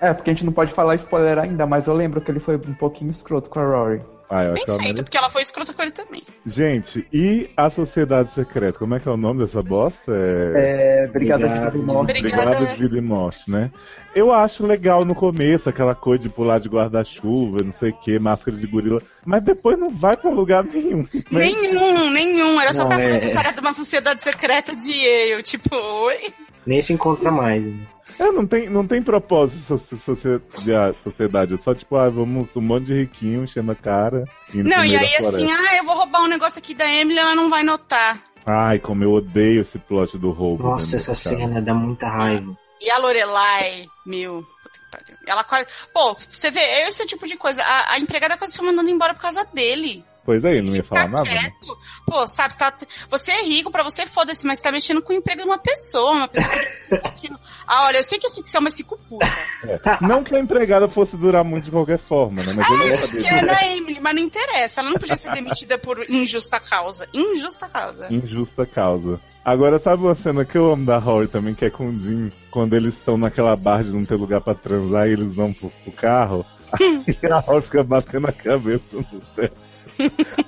É, porque a gente não pode falar spoiler ainda, mas eu lembro que ele foi um pouquinho escroto com a Rory.
Ah, eu acho que
Perfeito,
ela merece.
porque ela foi escrota com ele também.
Gente, e a Sociedade Secreta? Como é que é o nome dessa bosta?
É, Brigada de Vida e Morte.
Brigada de Vida e Morte, né? Eu acho legal no começo aquela coisa de pular de guarda-chuva, não sei o que, máscara de gorila. Mas depois não vai pra lugar nenhum. né?
Nenhum, nenhum. Era só
Não,
pra falar
é-
do cara de uma sociedade secreta de Yale. Tipo, oi?
Nem se encontra mais. Né?
É, não tem, não tem propósito so- so- so- de- a sociedade. É só tipo, ah, vamos um monte de riquinho enchendo a cara. indo
Não,
pro
e
meio
aí
da
assim,
floresta.
ah, eu vou roubar um negócio aqui da Emily, ela não vai notar.
Ai, como eu odeio esse plot do roubo.
Nossa,
né,
essa
cara?
cena dá muita raiva.
E a Lorelai, meu. puta que pariu. Ela quase. Pô, você vê, é esse tipo de coisa. A, a empregada quase foi mandando embora por causa dele.
Pois é, ele não ia
Tá
falar nada. né?
Quieto. Pô, sabe, você, tá- você é rico, pra você foda-se, mas você tá mexendo com o emprego de uma pessoa, uma pessoa que. aquilo. Ah, olha, eu sei que é ficção, mas fico puta.
É. Não que a empregada fosse durar muito de qualquer forma, né? Mas ele
Ah,
ia
porque
saber.
é na Emily, mas não interessa. Ela não podia ser demitida por injusta causa. Injusta causa.
Injusta causa. Agora, sabe uma cena que eu amo da Rory também, que é com o Jim, quando eles estão naquela barra de não ter lugar pra transar e eles vão pro, pro carro, aí a Rory fica batendo a cabeça no céu.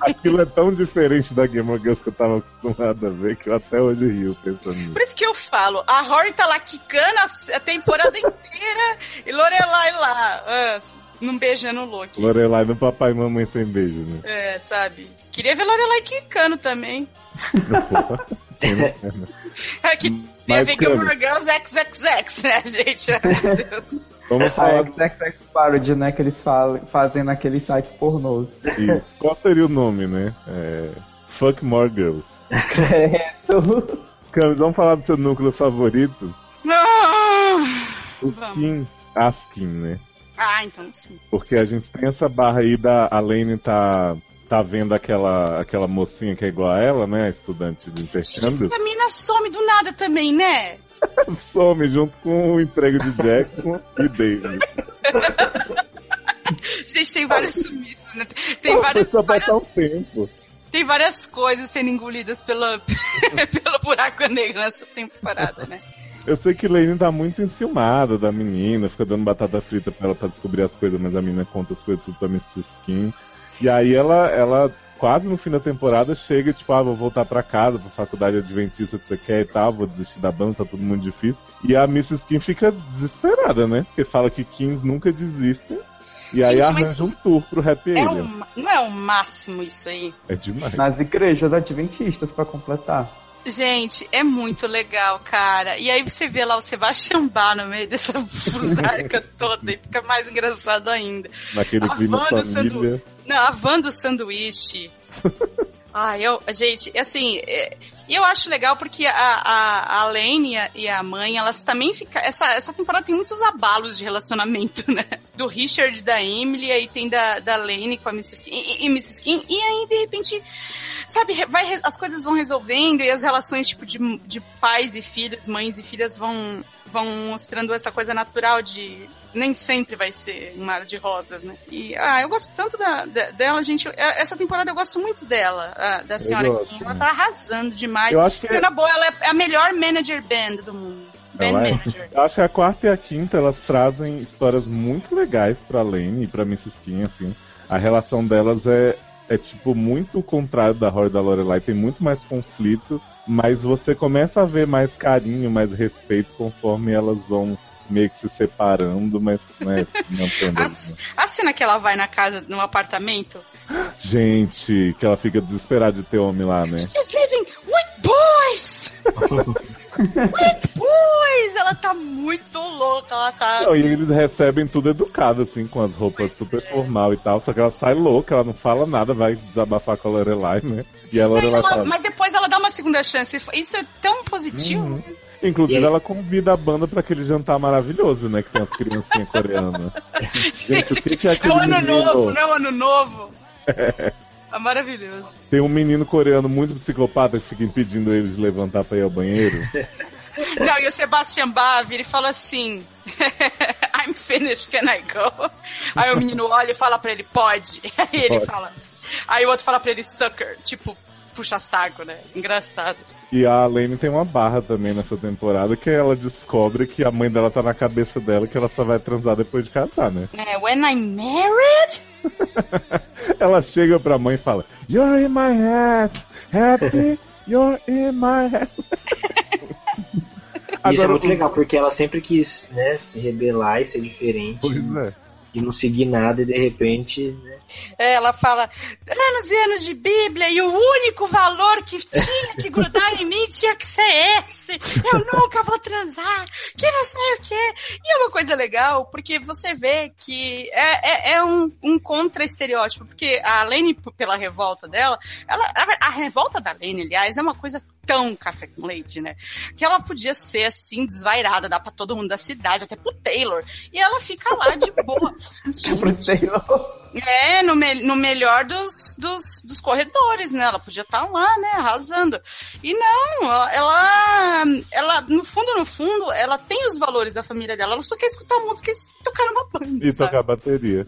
Aquilo é tão diferente da Game of Thrones que eu tava acostumado a ver que eu até hoje rio pensando nisso.
Por isso que eu falo, a Rory tá lá quicando a, a temporada inteira e Lorelai lá, ah, não beijando o Loki.
Lorelai do papai e mamãe sem beijo, né?
É, sabe? Queria ver Lorelai quicando também. Ah, que Queria
Mas,
ver Gilmore
Cami,
Girls XXX, né, gente? Ai, meu Deus.
Vamos
É.
falar. XXX Parody, né? Que eles falam, fazem naquele site pornô.
e qual seria o nome, né? É... Fuck More Girls. Cami, vamos falar do seu núcleo favorito?
Ah,
O
Vamos.
Kim Askin, né?
ah, então sim.
Porque a gente tem essa barra aí da a Lane tá, tá vendo aquela, aquela mocinha que é igual a ela, né? a Estudante de intercâmbio.
A mina some do nada também, né?
Some junto com o emprego de Jackson e David.
Gente, tem vários sumiços, né? Tem vários
Só vai dar um tempo.
Tem várias coisas sendo engolidas pela, pelo buraco negro nessa temporada, né?
Eu sei que Lane tá muito enciumada da menina, fica dando batata frita pra ela pra descobrir as coisas, mas a menina conta as coisas tudo pra Mr. Skin. E aí ela, ela quase no fim da temporada chega, tipo, ah, vou voltar pra casa, pra faculdade adventista que você quer e tal, vou desistir da banda, tá tudo muito difícil. E a Mrs. Kim fica desesperada, né? Porque fala que Kings nunca desistem. E aí
Gente, mas-
arranja um tour pro Happy
É
Alien.
o ma- não é o máximo isso aí?
É demais.
Nas igrejas adventistas, pra completar.
Gente, é muito legal, cara. E aí você vê lá o Sebastião Bá no meio dessa fusarca toda e fica mais engraçado ainda.
Naquele clima
Wanda
família.
Não, a van do sanduíche. Ai, eu, gente, assim, é, e eu acho legal porque a, a, a Lane e a, e a mãe, elas também ficam. Essa, essa temporada tem muitos abalos de relacionamento, né? Do Richard, da Emily, aí tem da, da Lane com a Mrs. Kim, e, e Mrs. Kim, e aí, de repente, sabe, re- vai, re- as coisas vão resolvendo e as relações, tipo, de, de pais e filhos, mães e filhas vão, vão mostrando essa coisa natural de. Nem sempre vai ser um mar de rosas, né? E, ah, eu gosto tanto da, da- dela, gente. eu- Essa temporada eu gosto muito dela, a- da
Eu
senhora
gosto,
Kim. Ela
né?
tá arrasando demais.
Eu acho que-
Na boa, ela é a melhor manager band do mundo. Band
Ela é.
manager.
Eu acho que a quarta e a quinta elas trazem histórias muito legais pra Lane e pra Mrs. Kim, assim. A relação delas é, é tipo muito o contrário da Horror da Lorelai, tem muito mais conflito, mas você começa a ver mais carinho, mais respeito conforme elas vão meio que se separando, mas né, mantendo. ali, né?
A cena que ela vai na casa, no apartamento.
Gente, que ela fica desesperada de ter homem lá, né?
She's living with boys! with boys! Ela tá muito louca, ela tá.
Não, e eles recebem tudo educado, assim, com as roupas super
é.
formal e tal. Só que ela sai louca, ela não fala nada, vai desabafar com a Lorelai, né? E a Lorelai
Ela-
fala.
mas depois ela dá uma segunda chance. Isso é tão positivo.
Uhum. Inclusive, ela convida a banda pra aquele jantar maravilhoso, né? Que tem as criancinhas coreanas. Gente, o que, que é
É
aquele
um ano
menino?
novo, não é um ano novo. É maravilhoso.
Tem um menino coreano muito psicopata que fica impedindo eles de levantar pra ir ao banheiro.
Não, e o Sebastian Bach vira e fala assim: I'm finished, can I go? Aí o menino olha e fala pra ele: pode. Aí ele
Pode.
fala. Aí o outro fala pra ele: sucker. Tipo, puxa saco, né? Engraçado.
E a Lane tem uma barra também nessa temporada que ela descobre que a mãe dela tá na cabeça dela que ela só vai transar depois de casar, né?
É, when I'm married?
Ela chega pra mãe e fala: You're in my head, happy, you're in my head.
Isso é
Agora,
muito
o-
é legal, porque ela sempre quis né, se rebelar e ser diferente.
Pois é.
e não seguir nada e de repente. né?
É, Ela fala anos e anos de Bíblia e o único valor que tinha que grudar em mim tinha que ser esse. Eu nunca vou transar, que não sei o quê. E é uma coisa legal porque você vê que é, é, é um, um contra-estereótipo. Porque a Lene, p- pela revolta dela, ela, a, a revolta da Lene, aliás, é uma coisa tão café com leite, né? Que ela podia ser assim, desvairada, dá pra todo mundo da cidade, até pro Taylor. E ela fica lá de boa. É, no, me- no melhor dos, dos, dos corredores, né? Ela podia estar lá, né? Arrasando. E não, ela, ela, no fundo, no fundo, ela tem os valores da família dela. Ela só quer escutar música e se tocar numa banda.
E tocar bateria.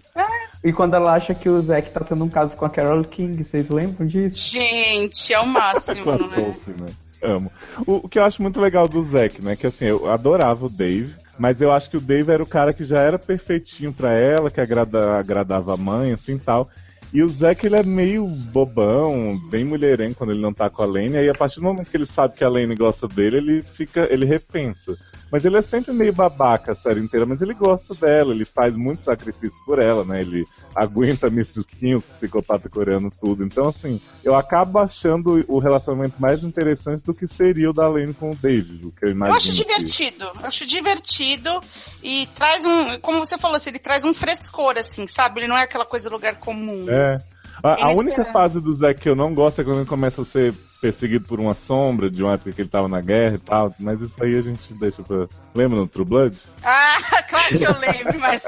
E quando ela acha que o Zack tá tendo um caso com a Carol King, vocês lembram disso?
Gente, é o máximo,
Claro,
né?
Tolkien, né? Amo. O, o que eu acho muito legal do Zack, né? Que assim, eu adorava o Dave, mas eu acho que o Dave era o cara que já era perfeitinho pra ela, que agrada- agradava a mãe, assim e tal. E o Zack, ele é meio bobão, bem mulherengo quando ele não tá com a Lane. Aí a partir do momento que ele sabe que a Lane gosta dele, ele fica, ele repensa. Mas ele é sempre meio babaca a série inteira, mas ele gosta dela, ele faz muito sacrifício por ela, né? Ele aguenta Missuquinho, psicopata coreano, tudo. Então, assim, eu acabo achando o relacionamento mais interessante do que seria o da Lane com o David, o que eu
Eu acho
imagino. que-
divertido, eu acho divertido e traz um, como você falou assim, ele traz um frescor, assim, sabe? Ele não é aquela coisa do lugar comum.
É. A, a
Ele
única
espera-
fase do Zack que eu não gosto é quando ele começa a ser perseguido por uma sombra de uma época que ele tava na guerra e tal, mas isso aí a gente deixa pra. Lembra no True Blood?
Ah, claro que eu lembro, mas.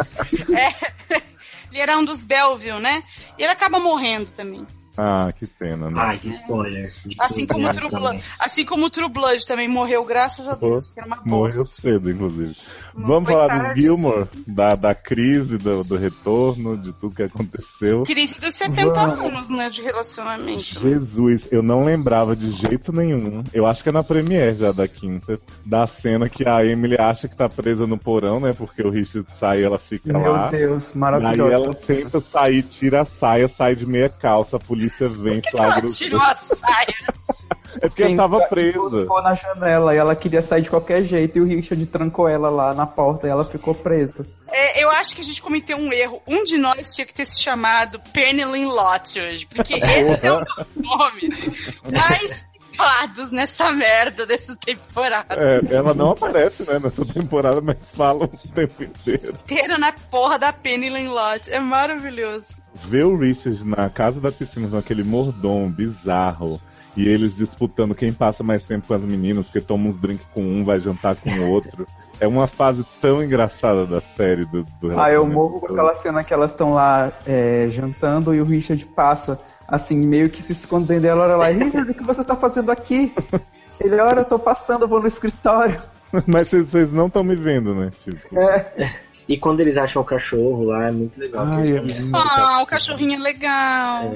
é, ele era um dos Belleville, né? E ele acaba morrendo também.
Ah, que pena, né?
Ai, que né. spoiler.
Assim como, o True Blood, assim como o True Blood também morreu, graças a Deus, porque era uma
Morreu cedo, inclusive. Vamos falar do
coitado.
Gilmore, da, da crise, do, do retorno, de tudo que aconteceu.
crise dos 70
Vamos.
anos, né? De relacionamento.
É Jesus, eu não lembrava de jeito nenhum. Eu acho que é na Premiere já da quinta. Da cena que a Emily acha que tá presa no porão, né? Porque o Richard sai e ela fica
Meu
lá.
Deus, maravilhosa.
Aí ela tenta sair, tira a saia, sai de meia calça, a polícia vem, flagra. o-
a saia.
É porque eu tava presa.
Ficou na janela e ela queria sair de qualquer jeito e o Richard trancou ela lá na porta e ela ficou presa.
É, eu acho que a gente cometeu um erro. Um de nós tinha que ter se chamado Pernilin Lott hoje, porque esse é um dos nomes mais fados nessa merda dessa temporada.
É, ela não aparece, né, nessa temporada, mas fala o tempo inteiro.
Inteira na porra da Pernilin Lott. É maravilhoso.
ver o Richard na casa da piscina com aquele mordom bizarro. E eles disputando quem passa mais tempo com as meninas, porque toma uns drinks com um, vai jantar com o outro. É uma fase tão engraçada da série do, do
Ah, eu
relacionamento.
morro com aquela cena que elas estão lá é, jantando e o Richard passa, assim, meio que se escondendo. E ela olha lá, Richard, o que você tá fazendo aqui? Ele, olha, eu tô passando, eu vou no escritório.
Mas vocês- vocês não estão me vendo, né? Tipo.
É.
E quando eles acham o cachorro lá, é muito legal. que
Ai,
eles
é
conhecem o cachorro.
Ah, o cachorrinho é legal.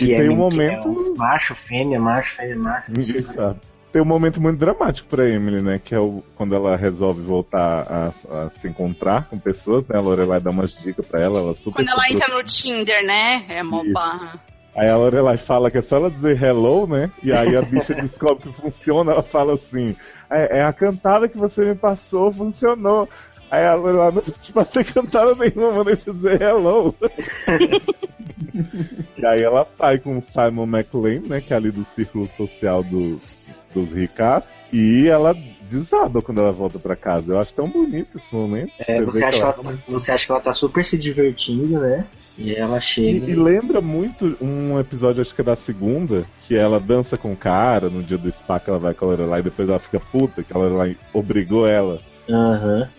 E
é
tem um
muito
momento.
Macho, fêmea, macho, fêmea, macho.
Ninguém sabe. Tem um momento muito dramático pra Emily, né? Que é o, quando ela resolve voltar a, a se encontrar com pessoas, né? A Lorelai dá umas dicas pra ela, ela super.
Quando ela
se
entra no Tinder, né? É mó
Isso.
barra.
Aí a Lorelai fala que é só ela dizer hello, né? E aí a bicha descobre que funciona, ela fala assim, é, é a cantada que você me passou, funcionou. Aí a Lorelai, não te passei cantada nenhuma, mandei dizer hello. e aí ela sai com o Simon McLean, né? Que é ali do círculo social dos, dos ricaços. E ela desaba quando ela volta pra casa. Eu acho tão bonito esse momento.
É,
Você
você,
vê
acha que
que
ela, você acha que ela tá super se divertindo, né? E ela chega.
E, e lembra muito um episódio, acho que é da segunda, que ela dança com o cara no dia do spa que ela vai com a Lorelai e depois ela fica puta, que a Lorelai obrigou ela.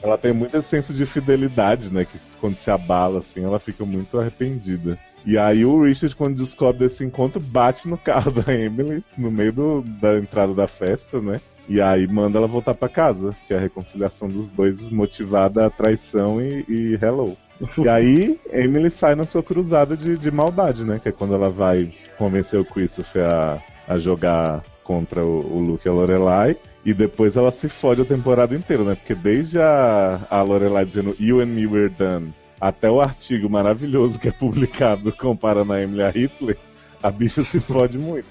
Ela tem muito esse senso de fidelidade, né? Que quando se abala, assim, ela fica muito arrependida. E aí o Richard, quando descobre esse encontro, bate no carro da Emily, no meio do- da entrada da festa, né? E aí manda ela voltar pra casa, que é a reconciliação dos dois motivada a traição e, e hello. E aí Emily sai na sua cruzada de, de maldade, né? Que é quando ela vai convencer o Christopher a, a jogar contra o, o Luke e a Lorelai. E depois ela se fode a temporada inteira, né? Porque desde a, a Lorelai dizendo You and me were done, até o artigo maravilhoso que é publicado comparando a Emily a Hitler, A bicha se fode muito.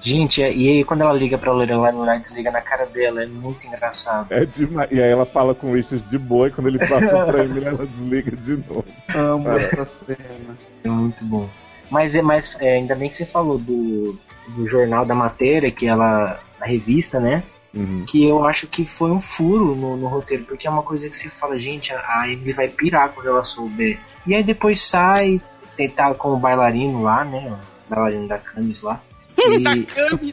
Gente, é- e aí quando ela liga pra Lorelai, Lorelai desliga na cara dela, é muito engraçado.
É demais. E aí ela fala com o Richard de boa e quando ele passa pra Emília, ela desliga de novo.
Amo
Cara,
essa É muito bom. Mas, é, mas é, ainda bem que você falou do, do jornal da matéria, que ela. a revista, né?
Uhum.
Que eu acho que foi um furo no, no roteiro, porque é uma coisa que você fala, gente, a a Emily vai pirar quando ela souber. E aí depois sai, tentar com o bailarino lá, né? O bailarino da Camis lá. E,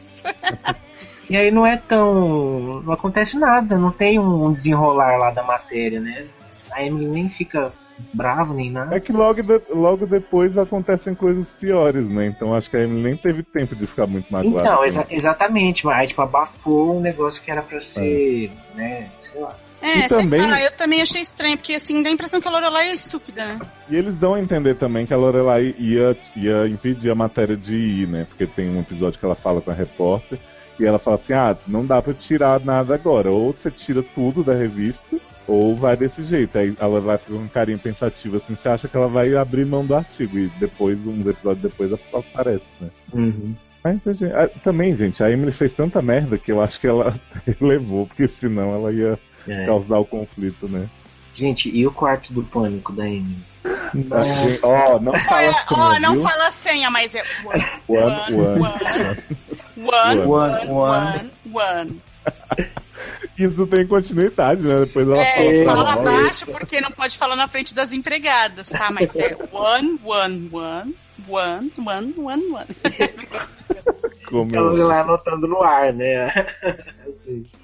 e aí não é tão. não acontece nada, não tem um desenrolar lá da matéria, né? A Emily nem fica brava nem nada.
É que logo, de- logo depois acontecem coisas piores, né? Então acho que a Emily nem teve tempo de ficar muito magoada.
Então,
né?
exa- exatamente, mas aí, tipo, abafou um negócio que era
Ah.
pra ser, né, sei lá.
É,
E também-
sei lá, eu também achei estranho, porque assim, dá a impressão que a Lorelai é estúpida, né?
E eles dão a entender também que a Lorelai ia, ia impedir a matéria de ir, né? Porque tem um episódio que ela fala com a repórter e ela fala assim: ah, não dá pra tirar nada agora. Ou você tira tudo da revista, ou vai desse jeito. Aí a Lorelai fica com um carinho pensativo assim: você acha que ela vai abrir mão do artigo? E depois, uns episódios depois, ela aparece, né?
Uhum.
Mas a gente- ah, também, gente, a Emily fez tanta merda que eu acho que ela levou, porque senão ela ia
É.
causar o conflito, né?
Gente, e o quarto do pânico da Amy?
Ó, oh, não fala assim,
É, Ó, não
viu?
fala a senha, mas é one,
One, one,
one,
One.
one,
One,
one, one.
Isso tem continuidade, né? Depois ela
É,
fala,
fala
pra
baixo porque não pode falar na frente das empregadas, tá? Mas é one, one, one, one, one, one, one.
como
Ela Então, lá anotando no ar, né?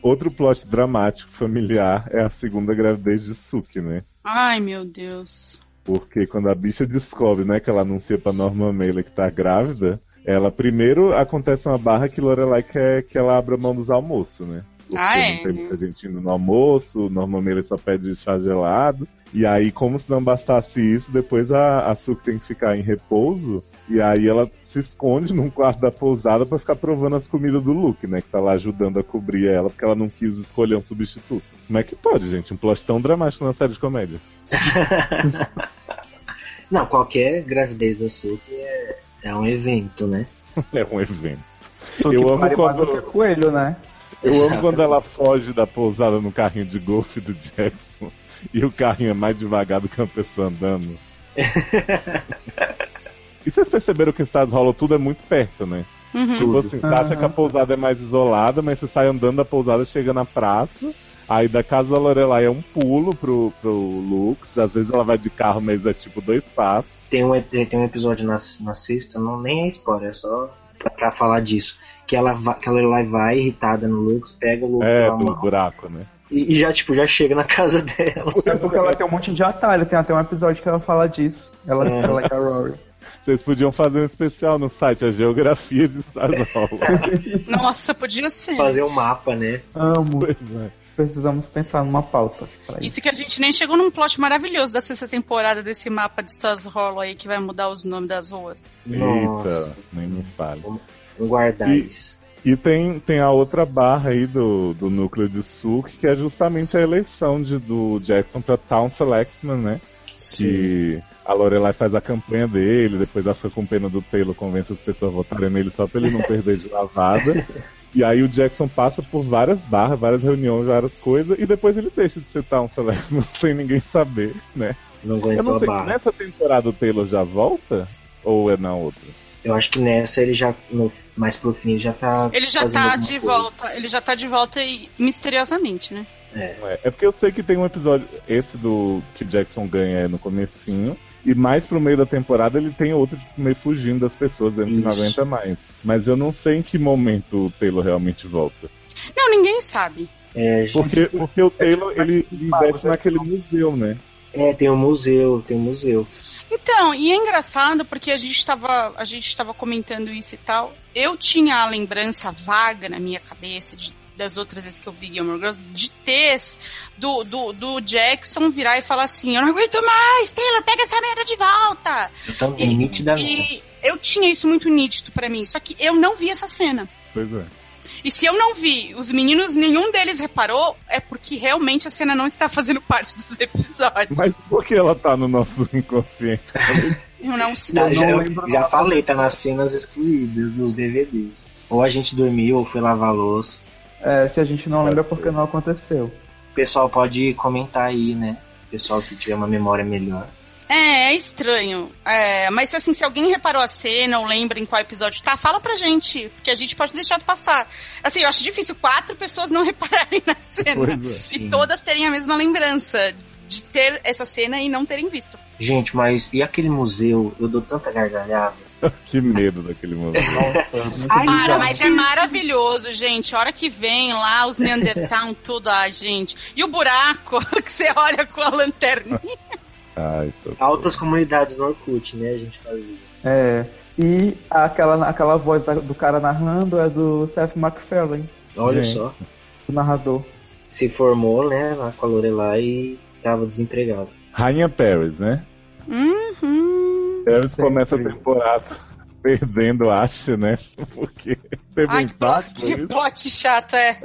Outro plot dramático familiar é a segunda gravidez de Suki, né?
Ai, meu Deus.
Porque quando a bicha descobre, né, que ela anuncia pra Norma Mailer que tá grávida, ela primeiro acontece uma barra que Lorelai quer que ela abra mão dos almoços, né? Porque
Ah, é,
não tem muita gente indo no almoço, Norma Mailer só pede chá gelado. E aí, como se não bastasse isso, depois a, a Suki tem que ficar em repouso. E aí ela se esconde num quarto da pousada pra ficar provando as comidas do Luke, né? Que tá lá ajudando a cobrir ela, porque ela não quis escolher um substituto. Como é que pode, gente? Um plot tão dramático na série de comédia.
Não, qualquer gravidez da Suki é, é um evento, né?
É um evento.
Suki
eu amo
pare mais do
quando...
que
coelho, né? Eu amo quando ela foge da pousada no carrinho de golfe do Jackson e o carrinho é mais devagar do que uma pessoa andando. e vocês perceberam que os Estados rolam tudo é muito perto, né?
Uhum.
Tipo assim, você acha que a pousada é mais isolada, mas você sai andando da pousada, chega na praça, aí da casa da Lorelai é um pulo pro, pro Lux, às vezes ela vai de carro, mas é tipo dois passos.
Tem um, ep- tem um episódio na, na sexta, não, nem é spoiler, é só pra, pra falar disso. Que ela, va- que ela lá vai irritada no Lux, pega o Lux
É,
pela
pelo
mão
buraco, né?
e, e já, tipo, já chega na casa dela.
É porque ela tem um monte de atalho, tem até um episódio que ela fala disso. Ela,
É.
ela é a Rory.
Vocês podiam fazer um especial no site, a geografia de Starzol.
Nossa, podia ser.
mapa, né?
Amo. Precisamos pensar numa pauta. pra isso.
Isso que a gente nem chegou num plot maravilhoso da sexta temporada desse mapa de Stars Hollow aí que vai mudar os nomes das ruas.
Eita, nem me fale.
Vamos guardar
e, isso. E tem, tem a outra barra aí do, do núcleo de Suk, que é justamente a eleição de, do Jackson pra Town Selectman, né? Que a Lorelai faz a campanha dele, depois ela fica com pena do Taylor, convence as pessoas a votarem nele só pra ele não perder de lavada. E aí o Jackson passa por várias barras, várias reuniões, várias coisas, e depois ele deixa de ser Town Selectman sem ninguém saber, né?
Não
Eu
aguentou
não
a
sei, né?
barra.
nessa temporada o Taylor já volta? Ou é na outra?
Eu acho que nessa ele já, no- mais pro fim, ele já tá.
Ele já
fazendo
tá
alguma
de
coisa.
volta, ele já tá de volta e misteriosamente, né?
É. é porque eu sei que tem um episódio, esse do que Jackson ganha é no comecinho, e mais pro meio da temporada ele tem outro tipo, meio fugindo das pessoas, dizendo que não
Isso.
aguenta mais. Mas eu não sei em que momento o Taylor realmente volta.
Não, ninguém sabe.
É,
Porque, porque o tá Taylor, ele investe naquele museu, né?
É, tem um museu, tem um museu.
Então, e é engraçado porque a gente tava, a gente tava comentando isso e tal. Eu tinha a lembrança vaga na minha cabeça de- das outras vezes que eu vi Gilmore Girls, de ter esse- do, do, do Jackson virar e falar assim, eu não aguento mais, Taylor, pega essa merda de volta.
Eu também, tá nitidamente.
E eu tinha isso muito nítido pra mim, só que eu não vi essa cena.
Pois é.
E se eu não vi, os meninos, nenhum deles reparou, é porque realmente a cena não está fazendo parte dos episódios.
Mas por que ela tá no nosso inconsciente?
Eu não sei.
Tá, já, já falei, tá nas cenas excluídas dos DVDs. Ou a gente dormiu, ou foi lavar louça.
É, se a gente não lembra porque não aconteceu.
O pessoal pode comentar aí, né? O pessoal que tiver uma memória melhor.
É, é estranho. É, mas assim, se alguém reparou a cena ou lembra em qual episódio tá, fala pra gente, porque a gente pode deixar de passar. Assim, eu acho difícil quatro pessoas não repararem na cena
Pois é.
e
Sim.
todas terem a mesma lembrança de ter essa cena e não terem visto.
Gente, mas e aquele museu? Eu dou tanta gargalhada.
que medo daquele museu.
Ai, Para, mas é maravilhoso, gente. A hora que vem lá, os Neandertal, tudo, ai, gente. E o buraco que você olha com a lanterninha.
Altas comunidades no Orkut, né? A gente fazia.
É. E aquela, aquela voz da- do cara narrando é do Seth MacFarlane.
Olha
Gente,
só.
O narrador.
Se formou, né? Lá com a Lorelai e tava desempregado.
Rainha Paris, né?
Uhum.
Paris começa a temporada perdendo a Asha, né? Porque teve um
Ai, que
impacto.
Que
isso.
plot chato, é.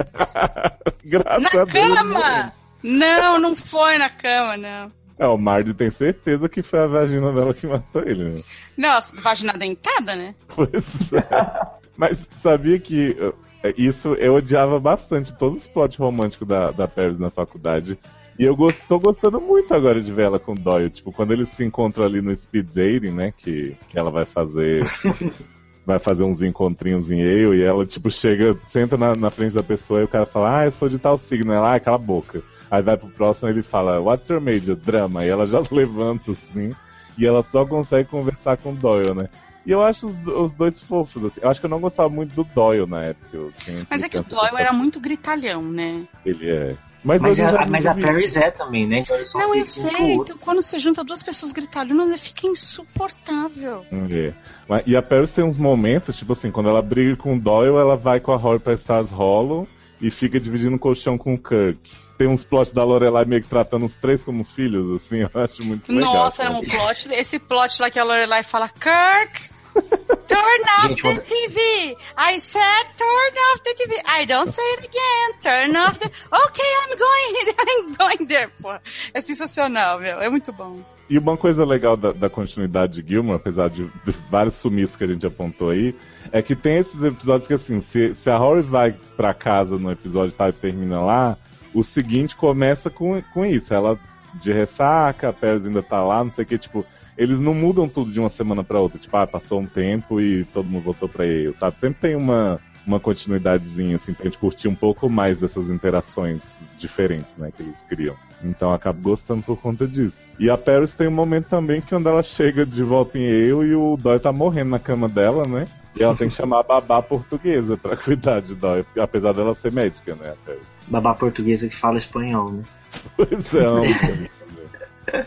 Graças a
Na
Deus.
cama! Não, não foi na cama, não.
É, o Mardi tem certeza que foi a vagina dela que matou ele, né?
Nossa, vagina dentada, né?
Pois é. Mas sabia que eh, isso eu odiava bastante, todos os plot românticos da, da Paris na faculdade. E eu gost, tô gostando muito agora de ver ela com o Doyle. Tipo, quando eles se encontram ali no speed dating, né? Que, que ela vai fazer. Vai fazer uns encontrinhos em Yale e ela, tipo, chega, senta na, na frente da pessoa e o cara fala, ah, eu sou de tal signo. Ela, ah, cala a boca. Aí vai pro próximo e ele fala, what's your major? Drama. E ela já levanta, assim, e ela só consegue conversar com o Doyle, né? E eu acho os, os dois fofos, assim. Eu acho que eu não gostava muito do Doyle na época. eu tinha-
Mas é que o
tinha-
Doyle era muito gritalhão, né?
Ele é.
Mas,
hoje eu já
a, mas a
vi.
Paris é também, né? Então eles são
Não, eu
feitos um pro
sei.
outro.
Então, quando você junta duas pessoas gritalhonas, fica insuportável.
É. Mas- E a Paris tem uns momentos, tipo assim, quando ela briga com o Doyle, ela vai com a Rory pra Stars Hollow e fica dividindo o colchão com o Kirk. Tem uns plots da Lorelai meio que tratando os três como filhos, assim, eu acho muito legal.
Nossa, era um
sabe?
plot. Esse plot lá que a Lorelai fala, Kirk, turn off
Gente,
the
olha-
TV. I said turn off the TV. I don't say it again. Turn off the... Ok, I'm going, I'm going there, pô. É sensacional, meu. É muito bom.
E uma coisa legal da, da continuidade de Gilmore, apesar de, de vários sumiços que a gente apontou aí, é que tem esses episódios que, assim, se, se a Rory vai pra casa no episódio tal e termina lá, o seguinte começa com, com isso. Ela de ressaca, a Paris ainda tá lá, não sei o que, tipo, eles não mudam tudo de uma semana pra outra. Tipo, ah, passou um tempo e todo mundo voltou pra ele, sabe? Sempre tem uma, uma continuidadezinha, assim, pra gente curtir um pouco mais dessas interações diferentes, né, que eles criam. Então eu acabo gostando por conta disso. E a Paris tem um momento também que quando ela chega de volta em eu e o Dói tá morrendo na cama dela, né? E ela tem que chamar a babá portuguesa pra cuidar de Dói, porque apesar dela ser médica, né, a Paris?
Babá portuguesa que fala espanhol, né?
Pois é, um bonito, né?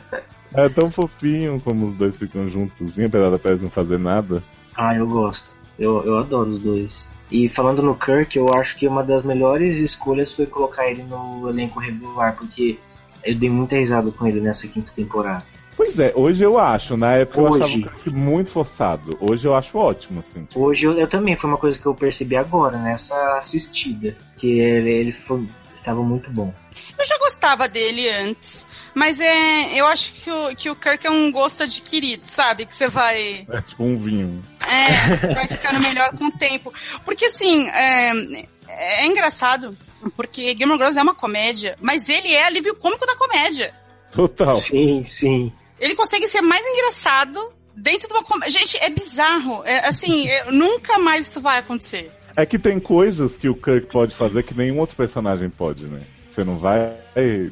É tão fofinho como os dois ficam juntos, apesar da Paris não fazer nada.
Ah, eu gosto. Eu, eu adoro os dois. E falando no Kirk, eu acho que uma das melhores escolhas foi colocar ele no elenco regular, porque eu dei muita risada com ele nessa quinta temporada.
Pois é, hoje eu acho, na época eu achava
Hoje.
o Kirk muito forçado. Hoje eu acho ótimo, assim.
Hoje eu, eu também, foi uma coisa que eu percebi agora, nessa assistida, que ele, ele foi, tava muito bom.
Eu já gostava dele antes, mas é, eu acho que o, que o Kirk é um gosto adquirido, sabe? Que você vai...
É tipo um vinho.
É, vai ficando melhor com o tempo. Porque assim, é, é engraçado, porque Game of Thrones é uma comédia, mas ele é alívio cômico da comédia.
Total.
Sim, sim.
Ele consegue ser mais engraçado dentro de uma comédia. Gente, é bizarro. É, assim, é, nunca mais isso vai acontecer.
É que tem coisas que o Kirk pode fazer que nenhum outro personagem pode, né? Você não vai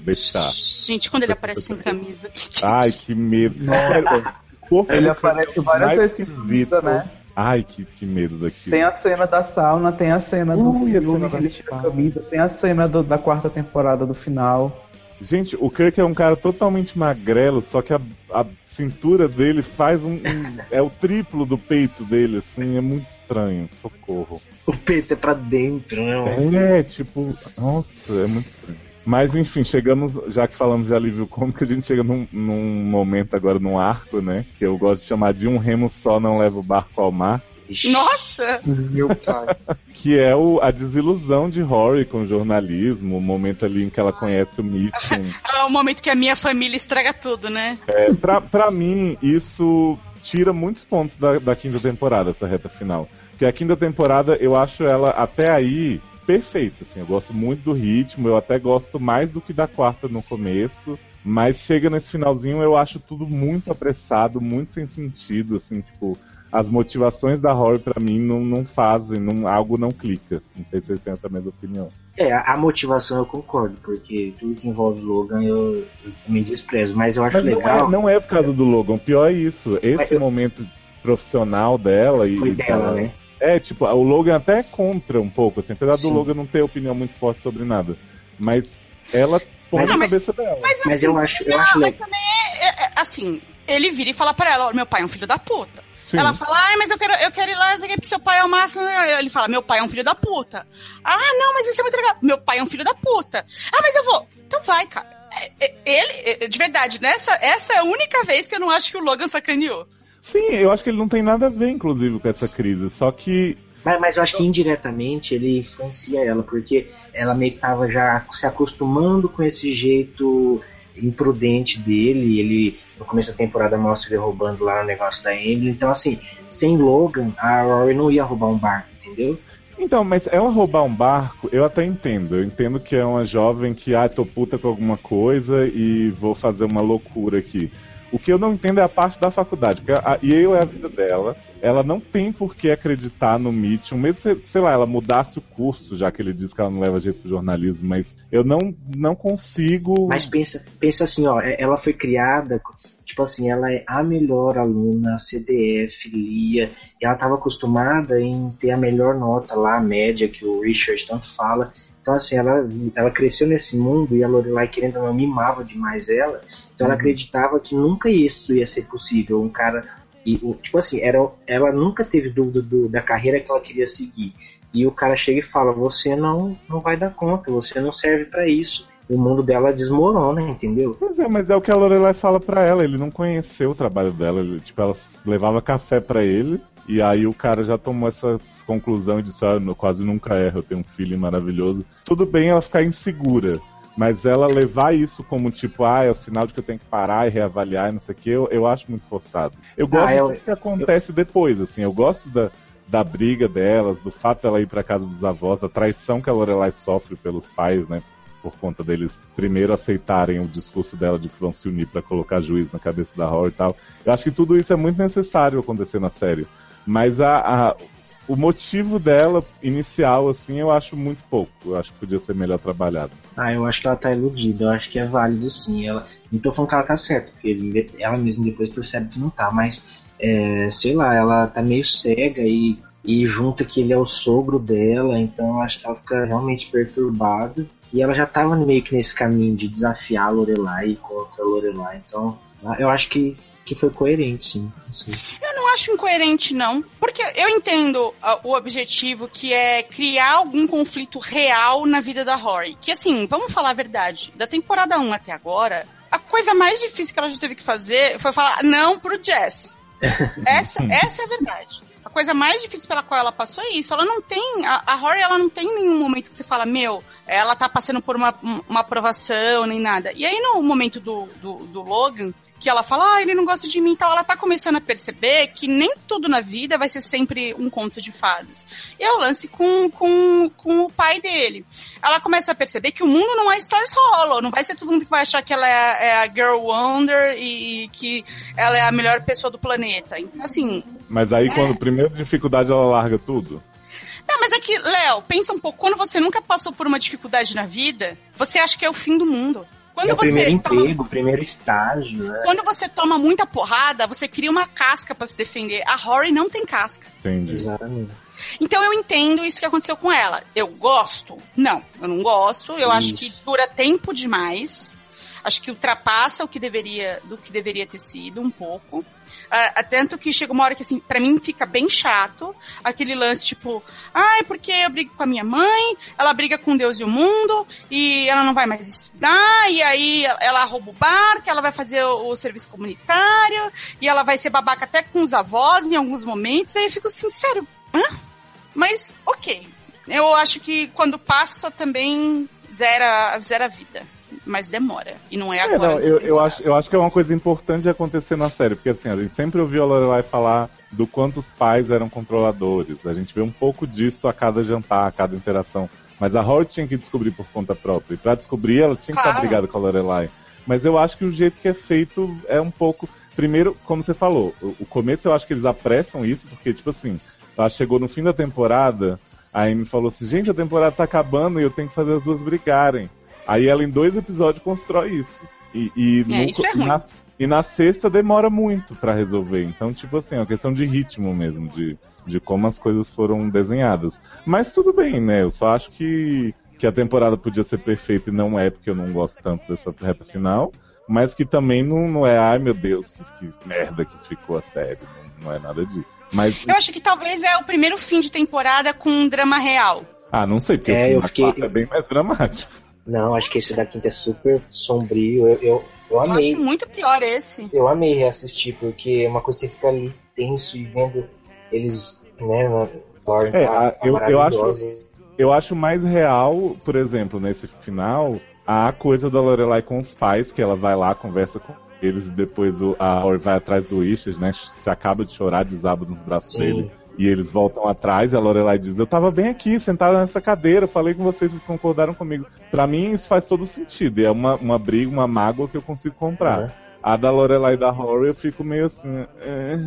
deixar.
Gente, quando ele aparece sem camisa.
Ai, que medo.
Nossa.
O corpo
Ele
do
aparece
Kirk é o
várias
mais
vezes seguida,
esquisito.
né?
Ai, que, que medo daquilo.
Tem a cena da sauna, tem a
É,
cena do
Ui, a
filme,
cena
que
da
ele tira a camisa, tem a cena do- da quarta temporada do final.
Gente, o Kirk é um cara totalmente magrelo, só que a, a cintura dele faz um, um- É o triplo do peito dele, assim, é muito estranho. Socorro.
O peito é pra dentro,
É, tipo, nossa, é muito estranho. Mas enfim, chegamos, já que falamos de alívio cômico, a gente chega num, num momento agora, num arco, né? Que eu gosto de chamar de um remo só não leva o barco ao mar.
Nossa!
Meu pai.
Que é o, a desilusão de Rory com o jornalismo, o momento ali em que ela conhece o Mitchum.
É o momento que a minha família estraga tudo, né?
É, pra, pra mim, isso tira muitos pontos da, da quinta temporada, essa reta final. Porque a quinta temporada, eu acho ela até aí perfeita, assim. Eu gosto muito do ritmo, eu até gosto mais do que da quarta no começo. Mas chega nesse finalzinho, eu acho tudo muito apressado, muito sem sentido, assim, tipo... As motivações da Rory, pra mim, não, não fazem, não, algo não clica. Não sei se vocês têm essa mesma opinião.
É, a a motivação eu concordo, porque tudo que envolve Logan eu, eu também desprezo, mas eu acho
Mas não
legal.
é, não é por causa do Logan, pior é isso. Esse momento profissional dela e.
Foi
e
dela, né?
É, tipo, o Logan até é contra um pouco, assim, apesar
Sim.
do Logan não ter opinião muito forte sobre nada. Mas ela põe
Mas-
na
Não, mas-
cabeça dela.
Mas, assim, não, mas também é, é- é- assim, ele vira e fala pra ela, "Ó, meu pai é um filho da puta.
Sim.
Ela fala, ai, mas eu quero, eu quero ir lá, sei o quê, porque seu pai é o máximo. Ele fala, meu pai é um filho da puta. Ah, não, mas isso é muito legal. Meu pai é um filho da puta. Ah, mas eu vou. Então vai, cara. É- é- Ele, é- de verdade, nessa, essa é a única vez que eu não acho que o Logan sacaneou.
Sim, eu acho que ele não tem nada a ver, inclusive, com essa crise. Só que.
Mas, mas eu acho que indiretamente ele influencia ela, porque ela meio que tava já se acostumando com esse jeito imprudente dele. Ele, no começo da temporada, mostra ele roubando lá no negócio da Emily. Então, assim, sem Logan, a Rory não ia roubar um barco, entendeu?
Então, mas ela roubar um barco, eu até entendo. Eu entendo que é uma jovem que, ah, tô puta com alguma coisa e vou fazer uma loucura aqui. O que eu não entendo é a parte da faculdade, porque a Yale é a vida dela. Ela não tem por que acreditar no Mitchell, mesmo se, sei lá, ela mudasse o curso, já que ele diz que ela não leva jeito pro jornalismo, mas eu não, não consigo.
Mas pensa, pensa assim, ó, é- ela foi criada, tipo assim, ela é a melhor aluna, CDF, Lia, e ela estava acostumada em ter a melhor nota lá, a média que o Richard tanto fala. Então assim, ela, ela cresceu nesse mundo e a Lorelai querendo ou não mimava demais ela, então ela
Uhum.
acreditava que nunca isso ia ser possível, um cara e o- tipo assim, era, ela nunca teve dúvida do- da carreira que ela queria seguir. E o cara chega e fala: "Você não não vai dar conta, você não serve pra isso". O mundo dela desmorona, entendeu?
Pois é, mas é o que a Lorelai fala pra ela, ele não conheceu o trabalho dela, ele- tipo, ela levava café pra ele, e aí o cara já tomou essa conclusão e disse, ah, eu quase nunca erro, eu tenho um filho maravilhoso. Tudo bem ela ficar insegura, mas ela levar isso como tipo, ah, é o sinal de que eu tenho que parar e reavaliar e não sei o que, eu, eu acho muito forçado. Eu gosto
Ah, eu-
do que acontece depois, assim, eu gosto da, da briga delas, do fato dela ir pra casa dos avós, da traição que a Lorelai sofre pelos pais, né? por conta deles primeiro aceitarem o discurso dela de que vão se unir pra colocar juiz na cabeça da Rory e tal. Eu acho que tudo isso é muito necessário acontecer na série. Mas a, a- o motivo dela inicial, assim, eu acho muito pouco. Eu acho que podia ser melhor trabalhado.
Ah, eu acho que ela tá iludida, eu acho que é válido sim. Ela, não tô falando que ela tá certa, porque ele- ela mesma depois percebe que não tá, mas é, sei lá, ela tá meio cega e, e junta que ele é o sogro dela, então eu acho que ela fica realmente perturbada. E ela já tava meio que nesse caminho de desafiar a Lorelai e contra a Lorelai, então eu acho que, que foi coerente, sim. Assim.
Eu não acho incoerente, não. Porque eu entendo ah, o objetivo que é criar algum conflito real na vida da Rory. Que assim, vamos falar a verdade, da temporada 1 até agora, a coisa mais difícil que ela já teve que fazer foi falar não pro Jess. Essa, essa é a verdade. A coisa mais difícil pela qual ela passou é isso. Ela não tem. A, a Rory, ela não tem nenhum momento que você fala, meu, ela tá passando por uma, um- uma aprovação, nem nada. E aí, no momento do, do, do Logan, que ela fala, ah, ele não gosta de mim e tal, ela tá começando a perceber que nem tudo na vida vai ser sempre um conto de fadas. E é o lance com, com, com o pai dele. Ela começa a perceber que o mundo não é Stars Hollow, não vai ser todo mundo que vai achar que ela é, é a Girl Wonder e, e que ela é a melhor pessoa do planeta. Então, assim,
Mas aí,
É.
quando primeiro dificuldade, ela larga tudo.
não, mas é que, Léo, pensa um pouco. Quando você nunca passou por uma dificuldade na vida, você acha que é o fim do mundo. Quando
é o
você tá
primeiro
toma-
emprego, o primeiro estágio, né?
quando você toma muita porrada, você cria uma casca pra se defender. A Rory não tem casca.
Entendi.
Exatamente.
Então eu entendo isso que aconteceu com ela. Eu gosto? Não, eu não gosto. Eu acho que dura tempo demais. Acho que ultrapassa o que deveria, do que deveria ter sido um pouco. Ah, ah, tanto que chega uma hora que, assim, pra mim fica bem chato aquele lance, tipo, ai, porque eu brigo com a minha mãe, ela briga com Deus e o mundo, e ela não vai mais estudar, e aí ela rouba o barco, ela vai fazer o, o serviço comunitário, e ela vai ser babaca até com os avós em alguns momentos, aí eu fico assim, sério, hã? Mas, ok. Eu acho que quando passa também zera, zera a vida. mas demora. E não é
É,
agora.
não, eu, eu, acho, eu acho que é uma coisa importante de acontecer na série, porque assim, a gente sempre ouviu a Lorelai falar do quanto os pais eram controladores. A gente vê um pouco disso a cada jantar, a cada interação. Mas a Howard tinha que descobrir por conta própria. E pra descobrir, ela tinha que estar
Claro.
brigada com a Lorelai. Mas eu acho que o jeito que é feito é um pouco. Primeiro, como você falou, o, o começo eu acho que eles apressam isso, porque, tipo assim, ela chegou no fim da temporada, a Amy falou assim: gente, a temporada tá acabando e eu tenho que fazer as duas brigarem. Aí ela, em dois episódios, constrói isso. E, e
É,
no-
isso é ruim.
na, e na sexta demora muito pra resolver. Então, tipo assim, é uma questão de ritmo mesmo, de, de como as coisas foram desenhadas. Mas tudo bem, né? Eu só acho que, que a temporada podia ser perfeita e não é, porque eu não gosto tanto dessa reta final. Mas que também não, não é, ai meu Deus, que, que merda que ficou a série. Não, não é nada disso. Mas,
Eu acho que talvez é o primeiro fim de temporada com um drama real.
ah, não sei, porque
É,
o
eu
final
fiquei-
é bem mais dramático.
Não, acho que esse da quinta é super sombrio. Eu, eu, eu
Eu
amei.
acho muito pior esse.
Eu amei reassistir, porque é uma coisa que você fica ali tenso e vendo eles, né, na Lauren
É,
tá-
a-
tá
eu, eu,
maravilhosa.
acho, eu acho mais real, por exemplo, nesse final, a coisa da Lorelai com os pais, que ela vai lá, conversa com eles e depois o, a Rory vai atrás do Ishas, né? Se acaba de chorar, desaba nos braços
Sim. né?
dele. E eles voltam atrás e a Lorelai diz: Eu tava bem aqui, sentada nessa cadeira, falei com vocês, vocês concordaram comigo. Pra mim, isso faz todo sentido. e É uma, uma briga, uma mágoa que eu consigo comprar.
É.
A da Lorelai e da Rory, eu fico meio assim. "É,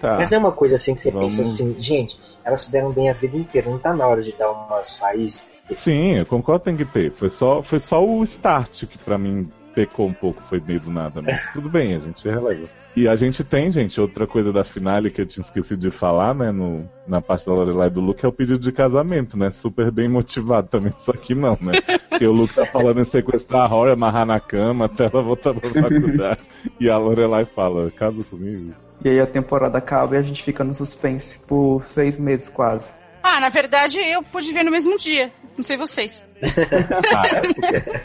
tá.
Mas não é uma coisa assim que você
Vamos-
pensa assim, gente, elas se deram bem a vida inteira, não tá na hora de dar umas faíscas.
Sim, eu concordo tem que ter. Foi só, foi só o start que pra mim pecou um pouco, foi meio do nada, mas tudo bem, a gente releva. E a gente tem, gente, outra coisa da finale que eu tinha esquecido de falar, né, no, na parte da Lorelai e do Luke, é o pedido de casamento, né, super bem motivado também, só que não, né, porque o Luke tá falando em sequestrar a Rory, amarrar na cama até ela voltar pra faculdade, e a Lorelai fala, casa comigo.
E aí a temporada acaba e a gente fica no suspense por seis meses quase.
Ah, na verdade eu pude ver no mesmo dia. Não sei vocês.
é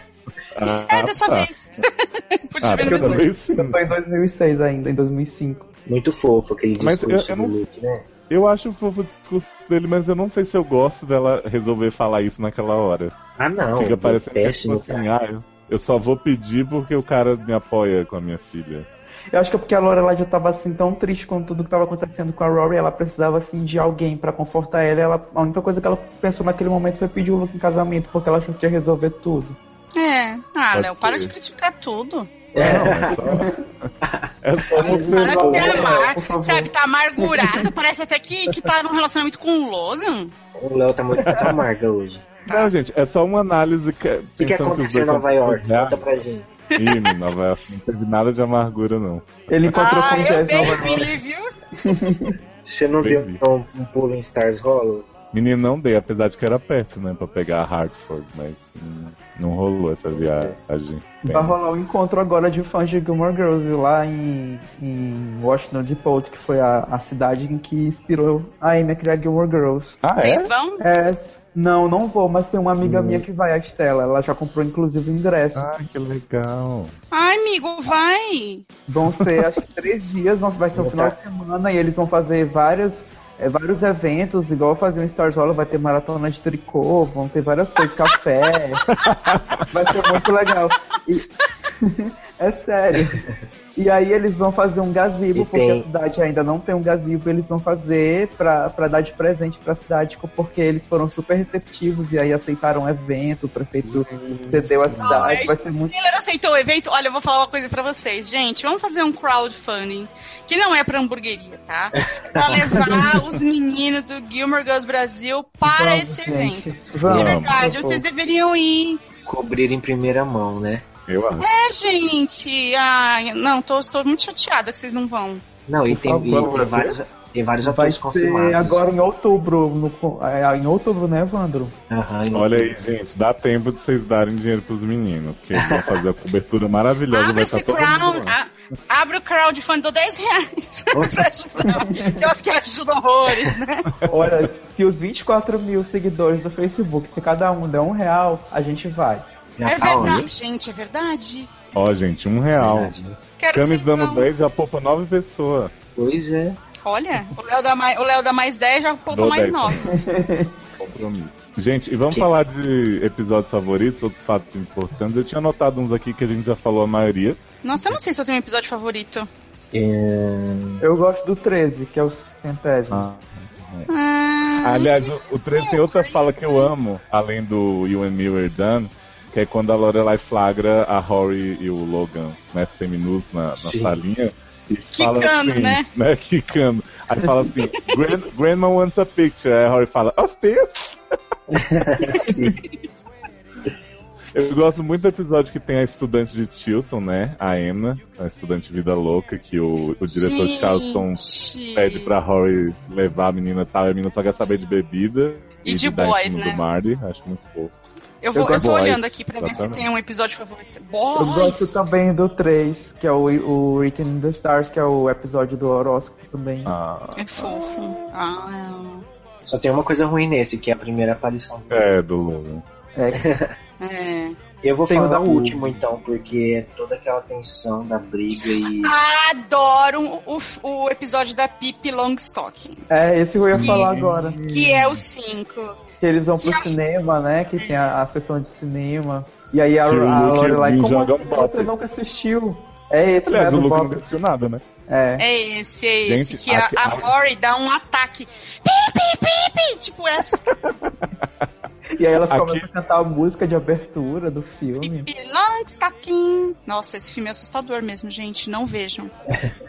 Ah,
É, dessa
tá.
vez. pude
Ah,
ver no
porque eu
mesmo dia.
também- eu tô em 2006 ainda, em 2005.
Muito fofo aquele
Mas eu- discurso eu do não-
né?
Eu acho fofo o discurso dele, mas eu não sei se eu gosto dela resolver falar isso naquela hora.
Ah, não,
Fica
é
parecendo que,
péssimo,
tipo assim, ah, eu- eu só vou pedir porque o cara me apoia com a minha filha.
Eu acho que é porque a Lorelai já tava assim tão triste com tudo que tava acontecendo com a Rory, ela precisava assim de alguém pra confortar ela. ela. A única coisa que ela pensou naquele momento foi pedir o Luke em casamento, porque ela achou que ia resolver tudo.
É. Ah,
Pode
Léo, para
ser.
de criticar tudo.
É só
Para de ter amar,
né? por favor.
sabe? Tá amargurado. Parece até que, que tá num relacionamento com o Logan.
O Léo tá muito tá amarga hoje.
Não, gente, é só uma análise que.
O que, que aconteceu em Nova York? Conta pra gente.
Ih, Nova York não teve nada de amargura, não.
Ele
encontrou
Ah,
com
eu vi, viu?
Você não viu então, um pulo em Stars Hollow?
Menino, não dei, apesar de que era perto, né, pra pegar a Hartford, mas hum, não rolou essa viagem. Bem,
Vai rolar um encontro agora de fãs de Gilmore Girls lá em, em Washington DePault, que foi a, a cidade em que inspirou a Amy a criar Gilmore Girls.
Ah,
é? Vocês vão?
É. Não, não vou, mas tem uma amiga minha que vai, a Estela. Ela já comprou, inclusive, um o ingresso.
Ah, que legal.
Ai, amigo, vai.
Vão ser, acho que três dias, vão- vai ser um final de semana e eles vão fazer várias, eh, vários eventos, igual fazer um Stars Hollow, vai ter maratona de tricô, vão ter várias coisas, café. vai ser muito legal. E- é sério. E aí eles vão fazer um gazebo,
E
porque
tem-
a cidade ainda não tem um gazebo, eles vão fazer pra, pra dar de presente pra cidade, co- porque eles foram super receptivos e aí aceitaram o evento, o prefeito
Hum,
cedeu a cidade, vai ser muito
Taylor aceitou o evento. Olha, eu vou falar uma coisa pra vocês. Gente, vamos fazer um crowdfunding, que não é pra hamburgueria, tá? É pra levar os meninos do Gilmore Girls Brasil para
Vamos,
esse
gente.
evento.
Vamos.
De verdade,
Por favor.
vocês deveriam ir.
Cobrir em primeira mão, né?
Eu
É, gente. Ai, não, tô, tô muito chateada que vocês não vão.
Não, e
Por
tem, e
favor.
tem vários, tem vários
Vai
atores
ser
confirmados.
agora em outubro. no- é, em outubro, né, Evandro?
Olha aí, gente, dá tempo de vocês darem dinheiro pros meninos, porque eles vão fazer a cobertura maravilhosa, vai estar
Esse
todo mundo
crown,
lá.
a, abre o crowdfunding, dou 10 reais pra ajudar. Aquelas que ajudam horrores, né?
Olha, se os 24 mil seguidores do Facebook, se cada um der um real, a gente vai.
É verdade, gente, é verdade.
Ó, gente, um real.
Quero
Camis
que vocês
dando
vão.
10 já poupa 9 pessoas.
Pois é.
Olha, o Léo dá mais, o Léo dá mais 10, já poupa
Dou
mais
10.
9.
compromisso. Gente, e vamos falar de episódios favoritos, outros fatos importantes. Eu tinha anotado uns aqui que a gente já falou a maioria.
Nossa, eu não sei se eu tenho um episódio favorito.
Eu gosto do 13, que é o centésimo.
Ah,
Aliás, o, o 13 tem outra fala que eu amo, além do You and Me Were Done, que é quando a Lorelai flagra a Rory e o Logan, né, seminudos na, na salinha. E fala
Quicando,
assim,
né?
Quicando. Aí fala assim, "Gran- Grandma wants a picture. Aí a Rory fala, of this. Eu gosto muito do episódio que tem a estudante de Tilton, né? A Emma, a estudante vida louca, que o, o diretor
Gente.
Charleston pede pra Rory levar a menina e tal, e a menina só quer saber de bebida.
E de
dar em
boys,
cima
né?
Do Marty, acho muito fofo.
Eu, vou, eu, tô
Boys,
olhando aqui pra ver se
exatamente.
tem um episódio favorito.
Eu
Boys!
gosto também do 3, que é o, o Written in the Stars, que é o episódio do horóscopo também.
É fofo. Ah,
Só tem uma coisa ruim nesse, que é a primeira aparição.
É, do Logan. Hum.
é.
Eu vou
Tem o
falar
da
o
Wu.
último então, porque é toda aquela tensão da briga e.
Ah, Adoro o, o episódio da Pippi Longstocking,
É, esse que eu ia falar agora.
que é o é 5.
Que eles vão pro cinema, né? Que tem a, a sessão de cinema. E aí a,
Que o
a
Luke
Lorelai, como
joga
assim
um bote.
você nunca assistiu? É esse,
Aliás,
né,
o
do
Luke
Bob.
não assistiu nada, né?
É.
É esse, é esse.
Gente,
que a,
aqui-
a
aqui-
Rory dá um ataque. Pipi, pipi! Tipo, é assustador.
E aí elas começam a cantar a música de abertura do filme.
Pippi Longstocking. Nossa, esse filme é assustador mesmo, gente. Não vejam.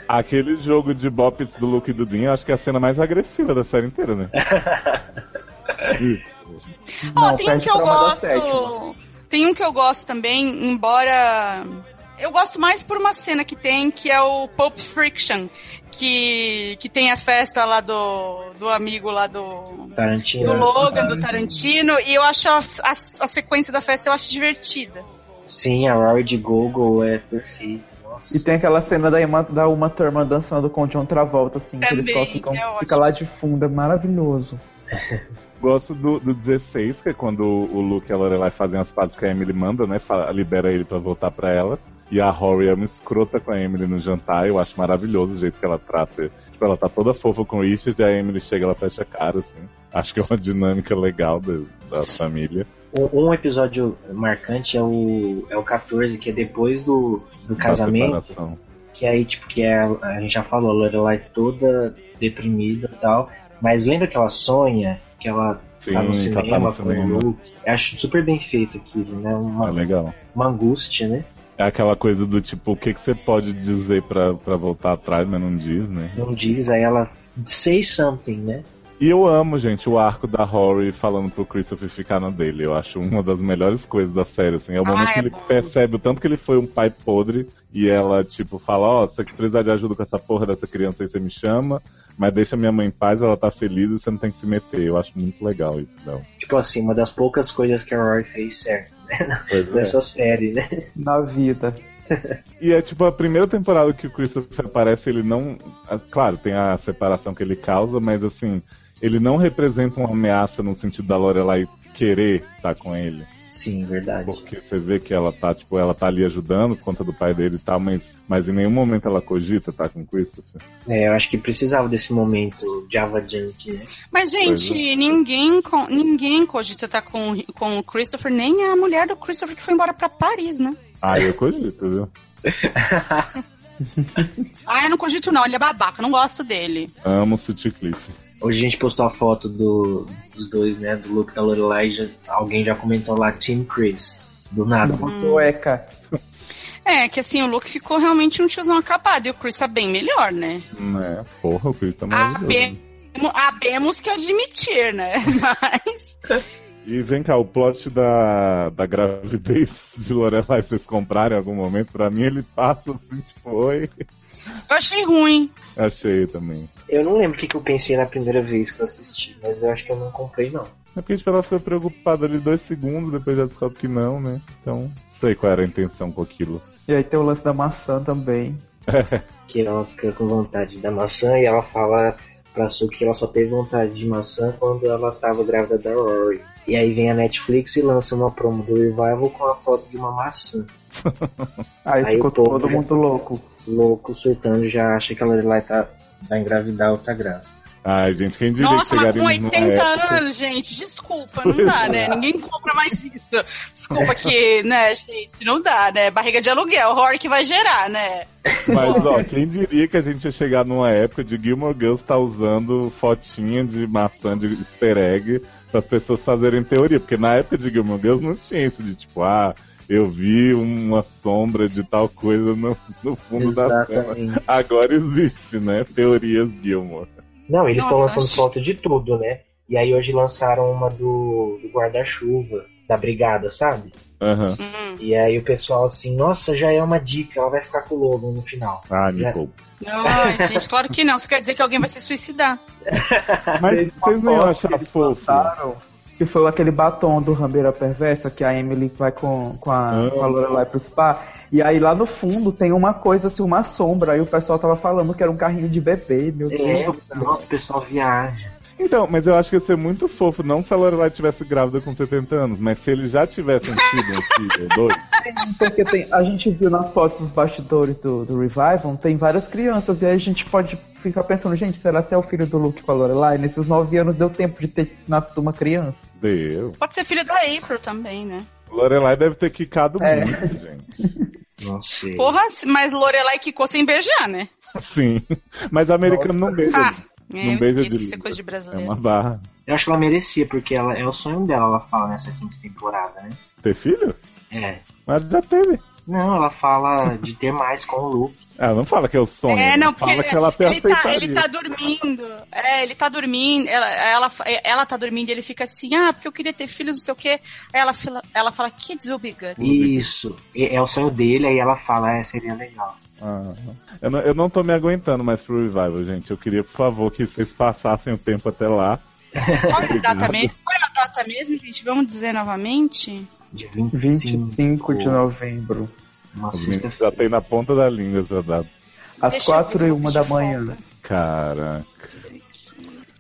Aquele jogo de bops do Luke e do Dean, acho que é a cena mais agressiva da série inteira, né?
Ó,
Não,
tem um
perde
que eu
pra uma da
gosto. Tem um que eu gosto também, embora. Eu gosto mais por uma cena que tem, que é o Pulp Friction, que, que tem a festa lá do, do amigo lá do,
Tarantino.
É,
né?
do Logan, do Tarantino, e eu acho a, a- a sequência da festa, eu acho divertida.
Sim, a Rory de Google é perfeita.
E tem aquela cena da Uma, da Uma Thurman dançando com o John Travolta, assim, que
Também,
eles só ficam,
que é ótimo.
fica lá de fundo, é maravilhoso.
Gosto do, do 16, que é quando o Luke e a Lorelai fazem as pazes que a Emily manda, né? Fala- libera ele pra voltar pra ela. E a Rory é uma escrota com a Emily no jantar. Eu acho maravilhoso o jeito que ela trata. Tipo, ela tá toda fofa com o Richard e a Emily chega, ela fecha a cara, assim. Acho que é uma dinâmica legal da, da família.
Um, um episódio marcante é o, é o 14, que é depois do, do
Da
casamento.
separação.
Que aí, tipo, que é, a gente já falou, a Lorelai toda deprimida e tal. Mas lembra que ela sonha? Que ela
Sim,
tá no
que ela tá
cinema
no
com
cinema.
o Luke. Eu Acho super bem feito aquilo, né? Uma,
Ah, legal.
uma angústia, né?
É aquela coisa do tipo, o que, que você pode dizer pra, pra voltar atrás, mas não diz, né?
Não diz, aí ela say something, né?
E eu amo, gente, o arco da Rory falando pro Christopher ficar na dele. Eu acho uma das melhores coisas da série, assim. É o momento
Ah, é
que ele percebe o tanto que ele foi um pai podre e ela, tipo, fala, ó, se você precisar de ajuda com essa porra dessa criança aí, você me chama, mas deixa minha mãe em paz, ela tá feliz e você não tem que se meter. Eu acho muito legal isso, não.
Tipo assim, uma das poucas coisas que a Rory fez certo, né?
Pois é.
Nessa série, né?
Na vida.
E é tipo a primeira temporada que o Christopher aparece, ele não. ah, Claro, tem a separação que ele causa, mas assim, ele não representa uma ameaça no sentido da Lorelai querer estar com ele.
Sim, verdade.
Porque você vê que ela tá, tipo, ela tá ali ajudando por conta do pai dele e tal, mas, mas em nenhum momento ela cogita tá com o Christopher.
É, eu acho que precisava desse momento Java Junk, né?
Mas, gente,
Pois
ninguém, co- ninguém cogita tá com, com o Christopher, nem a mulher do Christopher que foi embora pra Paris, né?
Ah, eu cogito, viu?
Ah, eu não cogito não, ele é babaca, eu não gosto dele.
Amo o Sutcliffe.
Hoje a gente postou a foto do, dos dois, né? Do Luke e da Lorelai. já- Alguém já comentou lá, Team Chris. Do nada.
Hum. Eca.
É, que assim, o Luke ficou realmente um tiozão acabado e o Chris tá bem melhor, né?
É, porra, o Chris tá
Ah,
maravilhoso.
Habe- Habemos que admitir, né? Mas.
E vem cá, o plot da, da gravidez de Lorelai, vocês compraram em algum momento? Pra mim ele passa assim, tipo, oi.
Eu achei ruim.
Achei também.
Eu não lembro o que, que eu pensei na primeira vez que eu assisti, mas eu acho que eu não comprei, não.
É porque tipo, ela foi preocupada ali dois segundos, depois já descobre que não, né? Então, não sei qual era a intenção com aquilo.
E aí tem o lance da maçã também.
Que ela fica com vontade da maçã e ela fala pra Su que ela só teve vontade de maçã quando ela tava grávida da Rory. E aí vem a Netflix e lança uma promo do Revival com a foto de uma maçã.
Aí, ficou
o povo
todo
já-
mundo louco.
Louco, surtando, já acha que a Lorelai tá, vai engravidar ou tá grávida.
Ai, gente, quem diria que
Nossa, mas com
chegaríamos numa
80
época-
anos, gente, desculpa, não dá,
é.
né? Ninguém compra mais isso. Desculpa que, né, gente, não dá, né? Barriga de aluguel, o horror que vai gerar, né?
Mas, ó, quem diria que a gente ia chegar numa época de Gilmore Girls tá usando fotinha de maçã de easter egg as pessoas fazerem teoria, porque na época de Gilmore Girls não tinha isso de tipo, ah, eu vi uma sombra de tal coisa no, no fundo da
Exatamente.
cena. Agora existe, né? Teorias Gilmore.
Não, eles estão
Nossa,
lançando
acho-
foto de tudo, né? E aí hoje lançaram uma do, do guarda-chuva da brigada, sabe?
Aham.
Hum.
E aí o pessoal assim, nossa, já é uma dica, ela vai ficar com o lobo no final.
Ah,
me
Ai, gente, claro que não. Isso quer dizer que alguém vai se suicidar.
Mas vocês não iam achar fofo.
Que foi aquele batom do Rambeira Perversa, que a Emily vai com, com a,
Ah.
com a Lorelai pro spa. E aí lá no fundo tem uma coisa, assim, uma sombra. E o pessoal tava falando que era um carrinho de bebê, meu
É,
Deus.
nossa, o pessoal viaja.
Então, mas eu acho que ia ser muito fofo, não se a Lorelai tivesse grávida com 70 anos, mas se eles já tivessem tido um filho ou dois.
Porque tem- a gente viu nas fotos dos bastidores do, do Revival, tem várias crianças, e aí a gente pode ficar pensando, gente, será que é o filho do Luke com a Lorelai? Nesses nove anos deu tempo de ter nascido uma criança.
Deu.
Pode ser filho da April também, né?
Lorelai deve ter quicado
É.
muito, gente.
Nossa.
Porra, mas Lorelai quicou sem beijar, né?
Sim. Mas americano não beija.
Ah,
não
é, eu
beija
esqueço
de
que isso é coisa de brasileiro.
barra.
Eu acho que ela merecia, porque ela é o sonho dela, ela fala nessa quinta temporada, né?
Ter filho?
É.
Mas já teve.
Não, ela fala de ter mais com o Luke.
Ela não fala que é o sonho.
É, não, porque
fala que ela até
ele, tá, ele
aceitaria.
tá dormindo. É, ele tá dormindo. Ela, ela, fa- ela tá dormindo e ele fica assim, ah, porque eu queria ter filhos, não sei o quê. Aí ela, fala- ela fala, kids will be good.
Isso. E- É o sonho dele, aí ela fala, é, seria legal.
Ah, eu, não, eu não tô me aguentando mais pro revival, gente. Eu queria, por favor, que vocês passassem o tempo até lá.
Olha é a data mesmo. Olha a data mesmo, gente. Vamos dizer novamente.
De 25,
25 de novembro.
é
Já tem na ponta da língua essa data.
Às
Deixa eu ver se
quatro e
eu
uma da manhã.
Caraca.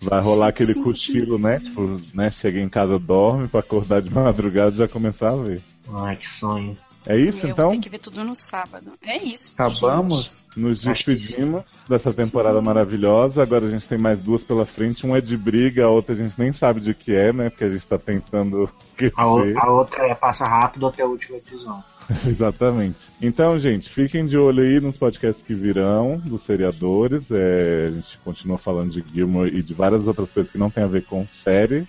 Vai rolar aquele cochilo, né? Tipo, né? Chega em casa, dorme, pra acordar de madrugada e já começar a ver.
Ai, que sonho.
É isso,
Meu,
então?
Tem que ver tudo no sábado. É isso.
Acabamos? Nos despedimos dessa temporada maravilhosa. Agora a gente tem mais duas pela frente. Uma é de briga, a outra a gente nem sabe de que é, né? Porque a gente tá pensando o que
A, o-
ser.
a outra é passa rápido até o último episódio.
Exatamente. Então, gente, fiquem de olho aí nos podcasts que virão, dos seriadores. É, a gente continua falando de Gilmore e de várias outras coisas que não tem a ver com série.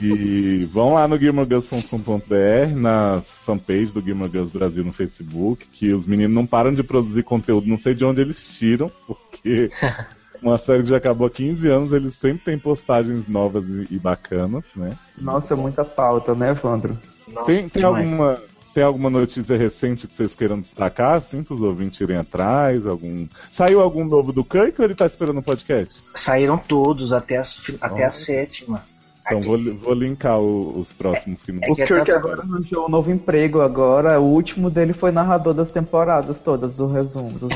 e vão lá no GilmoreGirls.com.br, na fanpage do Gilmore Girls Brasil no Facebook, que os meninos não param de produzir conteúdo, não sei de onde eles tiram, porque uma série que já acabou há 15 anos, eles sempre têm postagens novas e- e bacanas, né?
Nossa, muita pauta, né, Evandro?
tem, tem alguma, tem alguma notícia recente que vocês queiram destacar, assim, para os ouvintes irem atrás? Algum... Saiu algum novo do Kirk ou ele tá esperando o podcast?
Saíram todos, até, as, fi- até
Olha.
a sétima.
Então vou, li- vou linkar o- os próximos É que não
é
O Kirk agora arranjou um novo emprego agora. O último dele foi narrador das temporadas todas, do resumo. dos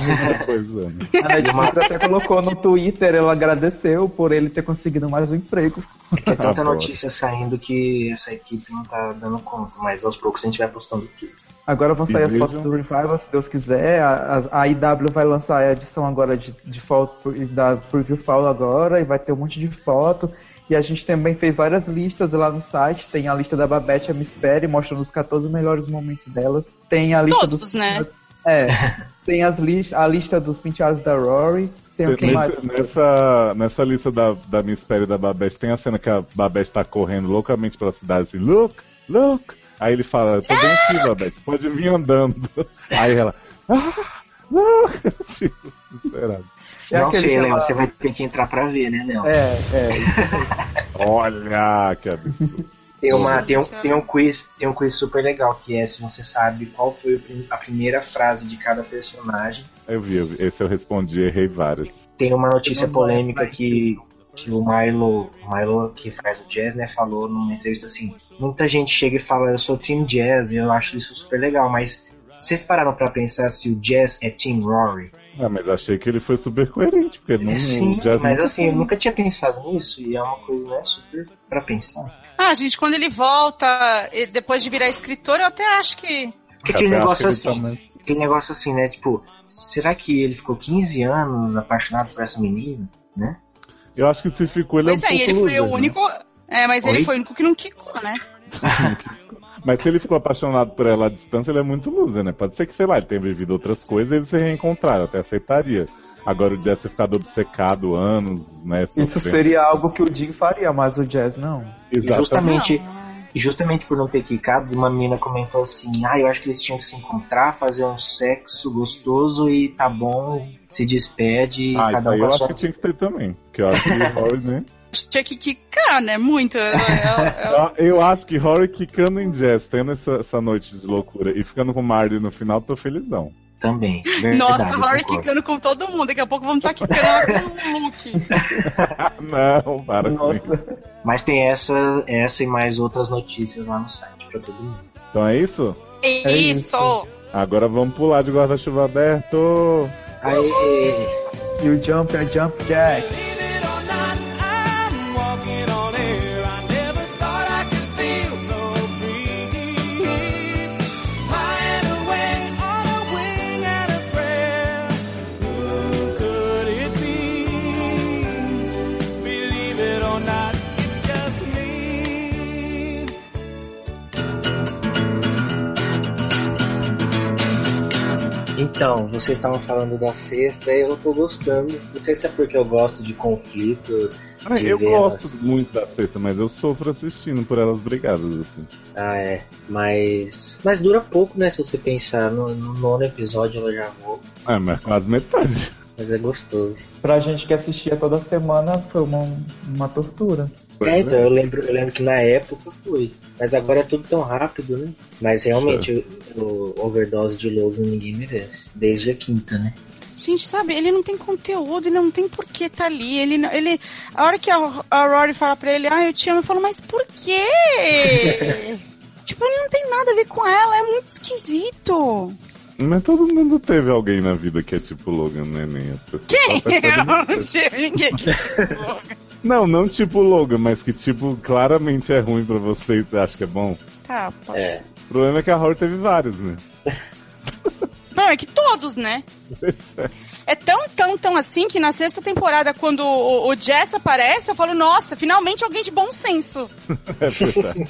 resumos.
Pois é, né?
A Netflix até colocou no Twitter, ela agradeceu por ele ter conseguido mais um emprego.
É tanta
Adoro.
notícia saindo que essa equipe não tá dando conta, mas aos poucos a gente vai postando tudo.
Agora vão sair
E
as
vejam-
fotos do Revival, se Deus quiser. A, a, a IW vai lançar a edição agora de, de foto por- da Preview Fall agora e vai ter um monte de foto. E a gente também fez várias listas lá no site. Tem a lista da Babette, a Miss Perry, mostrando os 14 melhores momentos delas. Tem a lista
Todos,
dos...
né?
É. Tem as lis- a lista dos penteados da Rory. Tem um o que mais?
Nesse- Nessa, nessa lista da, da Miss Perry e da Babette, tem a cena que a Babette tá correndo loucamente pela cidade assim, look, look. Aí ele fala, tô bem aqui, Babette, pode vir andando. Aí ela, ah, look. Tipo, desesperado.
É
não
aquele
sei,
que
Léo,
ela-
você vai ter que entrar pra ver, né, Léo?
É, é.
Olha, que absurdo.
Tem, uma, tem, um, tem, um quiz, tem um quiz super legal, que é se você sabe qual foi o prim- a primeira frase de cada personagem.
Eu vi, eu vi. esse eu respondi, errei várias.
Tem uma notícia polêmica que, que o Milo, o Milo, que faz o jazz, né, falou numa entrevista assim: muita gente chega e fala, eu sou Team Jazz e eu acho isso super legal, mas vocês pararam pra pensar se o Jazz é Team Rory?
Ah, mas achei que ele foi super coerente, porque não.
Sim,
Uhum, o Jazz é
mas
nunca-
assim, eu nunca tinha pensado nisso e é uma coisa, né, super pra pensar.
Ah, gente, quando ele volta, e depois de virar escritor, eu até acho
é
que.
um
Porque aquele
Até
negócio
acho que ele
assim, aquele negócio assim, né, tipo, será que ele ficou 15 anos apaixonado por essa menina, né?
Eu acho que se ficou, ele
Pois
é um
é, e
pouco
ele foi
loser,
o
né?
único. É, mas ele
Oi?
foi o único que não quicou, né?
Mas se ele ficou apaixonado por ela à distância, ele é muito loser, né? Pode ser que, sei lá, ele tenha vivido outras coisas e eles se reencontraram, eu até aceitaria. Agora o Jess ter ficado obcecado anos, né?
Isso seria algo que o Jim faria, mas o Jazz não.
E Justamente, e justamente por não ter quicado, uma menina comentou assim: Ah, eu acho que eles tinham que se encontrar, fazer um sexo gostoso e tá bom, se despede e
Ah, isso
cada um
aí eu
pra
acho
sua
que tinha que ter também. Que eu acho que Rory, né?
Tinha que quicar, né? Muito. É, é-
Eu acho que Rory quicando em Jess, tendo essa, essa noite de loucura e ficando com o Marley no final, tô felizão.
Também.
É
Nossa, Rory quicando com todo mundo. Daqui a pouco vamos estar quicando lá com o Luke.
Ah, Não, para com isso.
Mas tem essa, essa e mais outras notícias lá no site pra todo mundo.
Então é isso?
É isso.
Agora vamos pular de guarda-chuva aberto.
Aê!
E o Jump é Jump Jack.
walking on air. I never thought I could feel so free. High and awake on a wing and a prayer. Who could it be? Believe it or not, it's just me.
Então, vocês estavam falando da sexta e eu tô gostando. Não sei se é porque eu gosto de conflito.
Ah,
de
Eu
ver elas-
gosto muito da sexta, mas eu sofro assistindo por elas brigadas, assim.
Ah, é. Mas. Mas dura pouco, né? Se você pensar. No, no nono episódio ela já volta.
É, mas quase metade.
Mas é gostoso.
Pra gente que assistia toda semana, foi uma, uma tortura.
É, então, eu lembro, eu lembro que na época foi. Mas agora é tudo tão rápido, né? Mas realmente, o, o overdose de Logan ninguém merece. Desde a quinta, né?
Gente, sabe, ele não tem conteúdo, ele não tem por que tá ali. Ele, não- ele, a hora que a, a Rory fala pra ele, ah, eu te amo, eu falo, mas por quê? tipo, ele não tem nada a ver com ela, é muito esquisito.
Mas todo mundo teve alguém na vida que é tipo Logan, né? Nem as pessoas.
Quem? Eu não tive ninguém.
Não, não tipo Logan, mas que tipo claramente é ruim pra você e você acha que é bom.
Tá, pode.
É.
O problema é que a Rory teve vários, né?
Não, é que todos, né? É tão, tão, tão assim que na sexta temporada, quando o, o Jess aparece, eu falo, nossa, finalmente alguém de bom senso.
É verdade.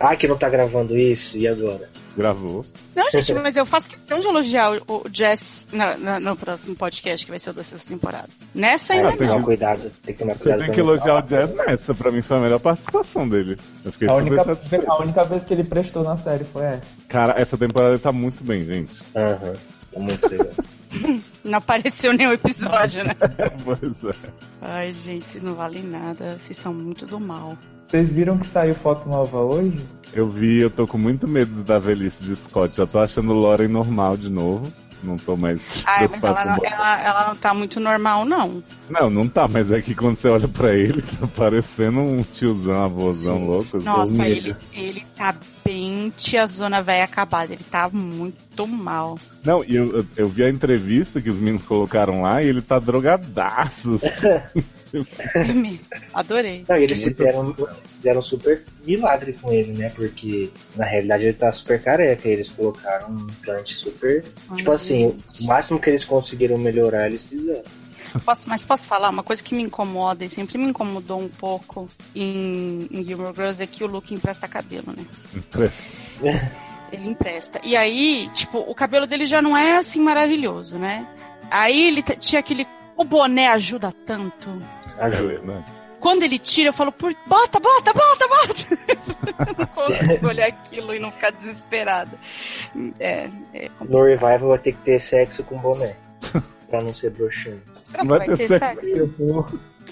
Ah, que não tá gravando isso, e agora?
Gravou.
Não, gente, mas eu faço questão de elogiar o, o Jess na- na- no próximo podcast que vai ser o da sexta temporada. Nessa
É,
ainda
tem que
não.
tomar cuidado, tem que tomar
Você
cuidado.
tem
pra
que
não falar.
elogiar o Jazz nessa, pra mim foi a melhor participação dele. Eu fiquei
A
super
única,
satisfeito.
ve- a única vez que ele prestou na série foi essa.
Cara, essa temporada tá muito bem, gente.
Aham, é muito legal.
Não apareceu nenhum episódio, né?
pois é.
Ai, gente, vocês não valem nada. Vocês são muito do mal.
Vocês viram que saiu foto nova hoje?
Eu vi, eu tô com muito medo da velhice de Scott. Já tô achando Lauren normal de novo. Não tô mais
Ai, mas
preocupado
ela não,
com
ela, ela não tá muito normal, não.
Não, não tá, mas é que quando você olha pra ele, tá parecendo um tiozão, avôzão louco. um
Nossa,
ninja.
ele, ele tá bem tiazona velha acabada. Ele tá muito mal.
Não, e eu, eu- eu vi a entrevista que os meninos colocaram lá e ele tá drogadaço.
É. Adorei.
Não, e eles
Muito
fizeram, fizeram um super milagre com ele, né? Porque na realidade ele tá super careca. e Eles colocaram um implante super.
Ai,
tipo assim, o máximo que eles conseguiram melhorar, eles fizeram.
Posso, mas posso falar uma coisa que me incomoda e sempre me incomodou um pouco em, em Gilmore Girls é que o Luke empresta cabelo, né? Ele empresta. E aí, tipo, o cabelo dele já não é assim maravilhoso, né? Aí ele t- tinha aquele. O boné ajuda tanto.
Ajuda.
Quando ele tira, eu falo, por... bota, bota, bota, bota! eu não consigo olhar aquilo e não ficar desesperada. É, é
No revival vai ter que ter sexo com boné. pra não ser broxante.
Será que Vai vai ter ter sexo?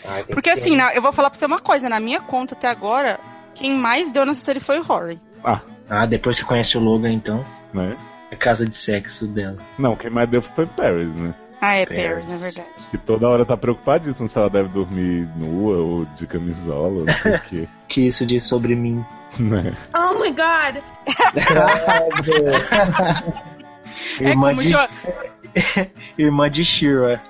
Ah, tem que
Porque
ter.
assim, na- eu vou falar pra você uma coisa, na minha conta até agora, quem mais deu nessa série foi o Rory.
Ah.
ah, depois que conhece o Logan, então.
Né?
A casa de sexo dela.
Não, quem mais deu foi Paris, né?
Ah, é
Paris.
Paris, na verdade.
Que toda hora tá preocupadíssimo se ela deve dormir nua ou de camisola, ou não sei o quê.
Que isso diz sobre mim.
Né?
Oh my god!
Irmã,
É como,
de...
jo-
Irmã de Shira.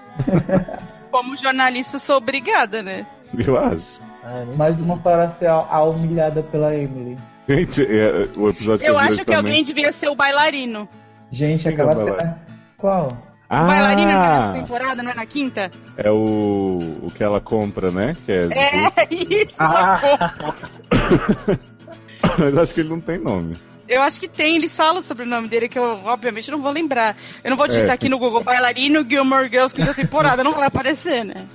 como jornalista, sou obrigada, né?
Eu acho.
Ah,
Mais uma para ser a, a humilhada pela Emily.
Gente, é, o episódio
Eu
vi
acho
hoje
que
também-
alguém devia ser o bailarino.
Gente,
Quem
aquela
vai lá?
cena. Qual?
Ah,
Bailarina não é nessa temporada, não é na quinta?
é o, o que ela compra, né? Que é,
É, isso.
Ah.
Ah!
Mas acho que ele não tem nome.
Eu acho que tem, eles falam sobre o nome dele, que eu obviamente não vou lembrar. Eu não vou digitar
É.
aqui no Google Bailarino Gilmore Girls quinta temporada, não vai aparecer, né?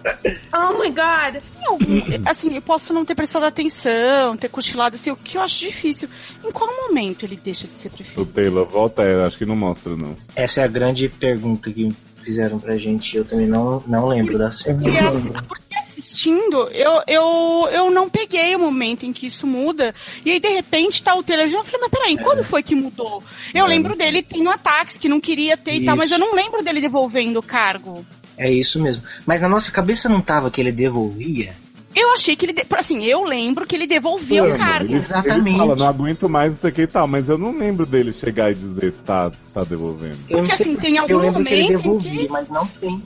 Oh my god! assim, eu posso não ter prestado atenção, ter cochilado, assim, o que eu acho difícil. Em qual momento ele deixa de ser prefeito?
O Taylor, volta aí, acho que não mostra, não.
Essa é a grande pergunta que fizeram pra gente. Eu também não, não lembro da cena.
E assim, porque assistindo, eu, eu, eu não peguei o momento em que isso muda. E aí, de repente, tá o Taylor Jean. Eu falei, mas peraí, quando foi que mudou? Eu lembro dele tendo ataques que não queria ter e tal,
Isso.
mas eu não lembro dele devolvendo o cargo.
É isso mesmo. Mas na nossa cabeça não tava que ele devolvia?
Eu achei que ele. de- Assim, eu lembro que ele devolveu o cargo.
"Ah, Ele, ele fala, não aguento mais isso aqui e tal, mas eu não lembro dele chegar e dizer tá, tá devolvendo.
Porque assim, tem algum
lembro
momento
que ele
em que... mas não tem.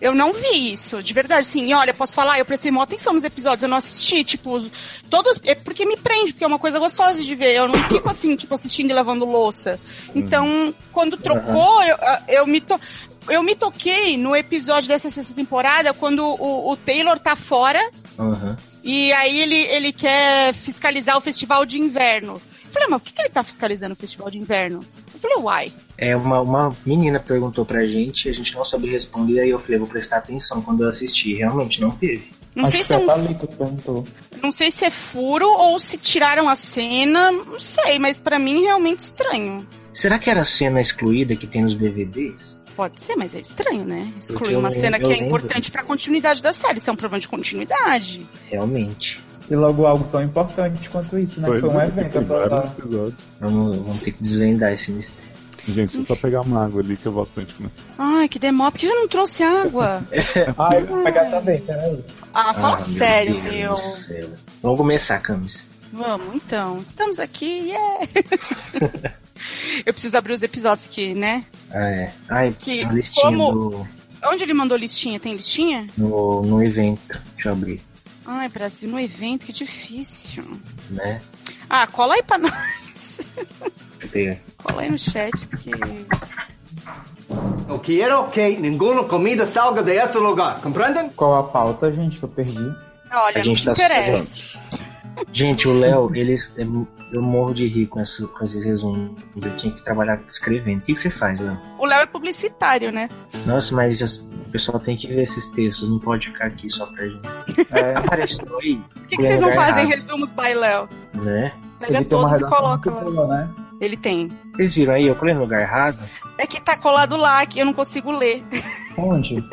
Eu não vi isso, de verdade, sim. E olha, posso falar, eu prestei maior atenção nos episódios, eu não assisti, tipo, os- todos. É porque me prende, porque é uma coisa gostosa de ver. Eu não fico assim, tipo, assistindo e lavando louça. Então, quando trocou, eu, eu me to... eu me toquei no episódio dessa sexta temporada, quando o, o Taylor tá fora e aí ele, ele quer fiscalizar o festival de inverno. Eu falei, mas por que, que ele tá fiscalizando o festival de inverno? Eu falei, uai.
É, uma, uma menina perguntou pra gente, a gente não soube responder, aí eu falei, vou prestar atenção quando eu assisti. Realmente, não teve.
Não Acho sei que se foi é um- a
perguntou.
Não sei se é furo ou se tiraram a cena, não sei, mas pra mim realmente estranho.
Será que era a cena excluída que tem nos DVDs?
Pode ser, mas é estranho, né?
Porque
Excluir
eu
uma
lem-
cena
eu
que é
lembro.
importante pra continuidade da série. Isso é um problema de continuidade.
Realmente.
E logo algo tão importante quanto isso, né?
Pois
Foi um
é,
evento
tem
pra
vários
lá.
Vamos, vamos ter que desvendar esse mistério.
Gente, deixa eu só pegar uma água ali que eu volto pra gente começar.
Ai, que demora, porque já não trouxe água.
Ai, vou pegar também, peraí.
Ah, fala
Ah, meu
sério,
Deus
meu.
do céu. Vamos começar, Camis.
Vamos, então. Estamos aqui, yeah. Eu preciso abrir os episódios aqui, né?
Ah, é. Ai,
Que
a listinha
como-
do-
Onde ele mandou listinha? Tem listinha?
no, no evento. Deixa eu abrir,
Ai, Brasil, no evento, que difícil.
né?
Ah, cola aí pra nós.
Deixa eu pegar.
Cola aí no chat, porque.
O que era ok, nenhuma comida salga de este lugar, compreendem?
Qual a pauta, gente, que eu perdi?
Olha,
A gente
não
tá
interessa.
Gente, o Léo, eles. Eu morro de rir com, essa, com esses resumos. Eu tinha que trabalhar escrevendo. O que, que você faz, Léo?
O Léo é publicitário, né?
Nossa, mas as- o pessoal tem que ver esses textos, não pode ficar aqui só pra gente.
É.
Aparece aí.
Por que, que
é
vocês não fazem resumos by Léo?
Né?
Pega todos e é coloca lá.
né?
Ele tem.
Vocês viram aí? Eu colei no lugar errado?
É que tá colado lá, que eu não consigo ler.
Onde?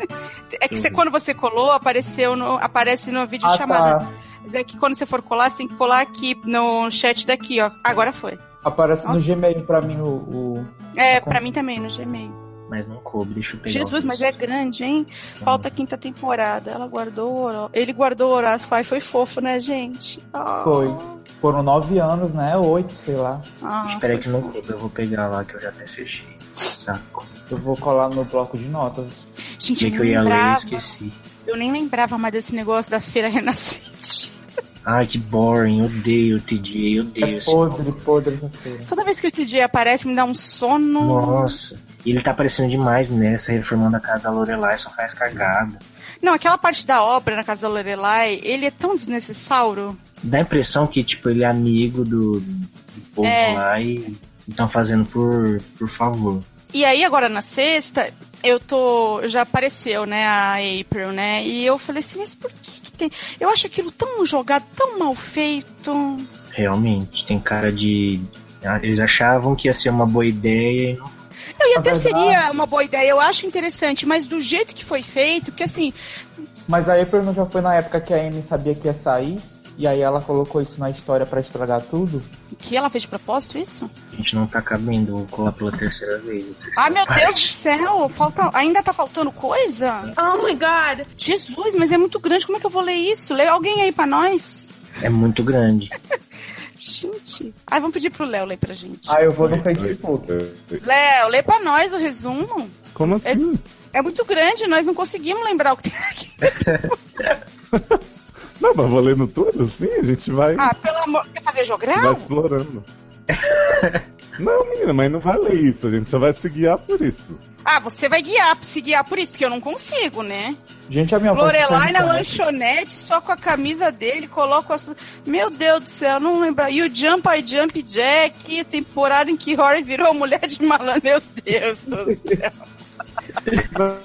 É que você- quando você colou, apareceu no, aparece no vídeo
Ah,
chamada.
tá.
Mas É que quando você for colar, você tem que colar aqui no chat daqui, ó. Agora foi.
Aparece no
Nossa.
Gmail pra mim o. o...
É, pra mim também, no Gmail.
Mas não coube, deixa eu pegar. um
Jesus,
o-
mas é grande,
Tá
hein? Falta a quinta temporada. Ela guardou o Oro- Ele guardou o Horácio. Ai, foi fofo, né, gente? Ah,
Foi. Foram nove anos, né? Oito, sei lá.
ah.
Espera aí que não coube, eu vou pegar lá que eu já até fechei. Saco.
Eu vou colar no bloco de notas.
Gente,
Tinha
eu
que eu
nem
ia ler e
lembrava.
esqueci.
Eu nem lembrava mais desse negócio da feira renascente.
Ai, que boring, odeio o TJ, odeio esse.
É Podre, podre essa feira.
Toda vez que o TJ aparece, me dá um sono.
Nossa, ele tá aparecendo demais nessa, reformando a casa da Lorelai, só faz cagada.
Não, aquela parte da obra na casa da Lorelai, ele é tão desnecessário.
Dá a impressão que, tipo, ele é amigo do, do povo
É.
lá e estão fazendo por, por favor.
E aí, agora na sexta, eu tô. Já apareceu, né, a April, né? E eu falei assim, mas por que que tem. Eu acho aquilo tão jogado, tão mal feito.
Realmente, tem cara de. ah, Eles achavam que ia ser uma boa ideia e não.
Eu ia até
verdade.
seria uma boa ideia, eu acho interessante, mas do jeito que foi feito, porque assim,
Mas a April não já foi na época que a Amy sabia que ia sair. E aí ela colocou isso na história pra estragar tudo.
que ela fez de propósito isso?
A gente não tá cabendo, vou colar pela terceira vez.
Ah, meu Deus do céu, falta, ainda tá faltando coisa? Oh my god! Jesus, mas é muito grande, como é que eu vou ler isso? Lê alguém aí pra nós?
É muito grande.
Gente. Ai, vamos pedir pro Léo ler pra gente.
Ah, eu vou no Facebook.
Léo, lê pra nós o resumo.
É, Como assim?
É muito grande, nós não conseguimos lembrar o que tem aqui.
Não, mas vou
É
lendo tudo, sim, a gente vai,
Ah, pelo amor. Quer fazer jogral?
vai explorando. Não, menina, mas não vale isso. A gente só vai se guiar por isso.
Ah, você vai guiar, se guiar por isso, porque eu não consigo, né?
Gente, a
Lorelai na lanchonete, só com a camisa dele, coloca a. su- Meu Deus do céu, não lembro. E o Jump I Jump Jack, temporada em que Rory virou mulher de malandro. Meu Deus do céu.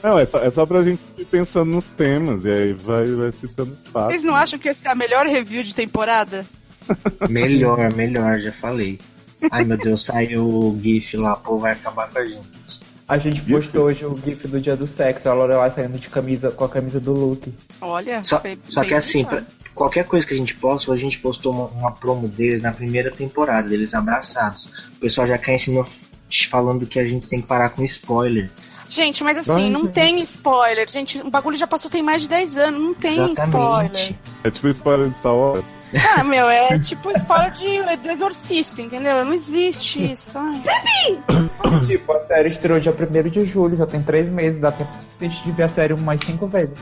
Não, é só, é só pra gente ir pensando nos temas. E aí vai, vai citando fatos.
Vocês não acham que essa é a melhor review de temporada?
Melhor, melhor, já falei. Ai meu Deus, saiu o GIF lá, pô, vai acabar com a gente.
A gente postou hoje o GIF do dia do sexo, a Lorelai saindo de camisa com a camisa do Luke.
Olha,
Só,
foi
só
bem
que assim,
bizarro.
pra- qualquer coisa que a gente posta, a gente postou uma, uma promo deles na primeira temporada, deles abraçados. O pessoal já cai em cima falando que a gente tem que parar com spoiler.
Gente, mas assim, não tem spoiler. Gente, o bagulho já passou tem mais de 10 anos, não tem
Exatamente.
spoiler.
É tipo spoiler de Star Wars.
Ah, meu, é tipo spoiler de, do exorcista, entendeu? Não existe isso. Ai.
Tipo, a série estreou dia 1 de julho, já tem três meses, dá tempo suficiente de ver a série umas cinco vezes.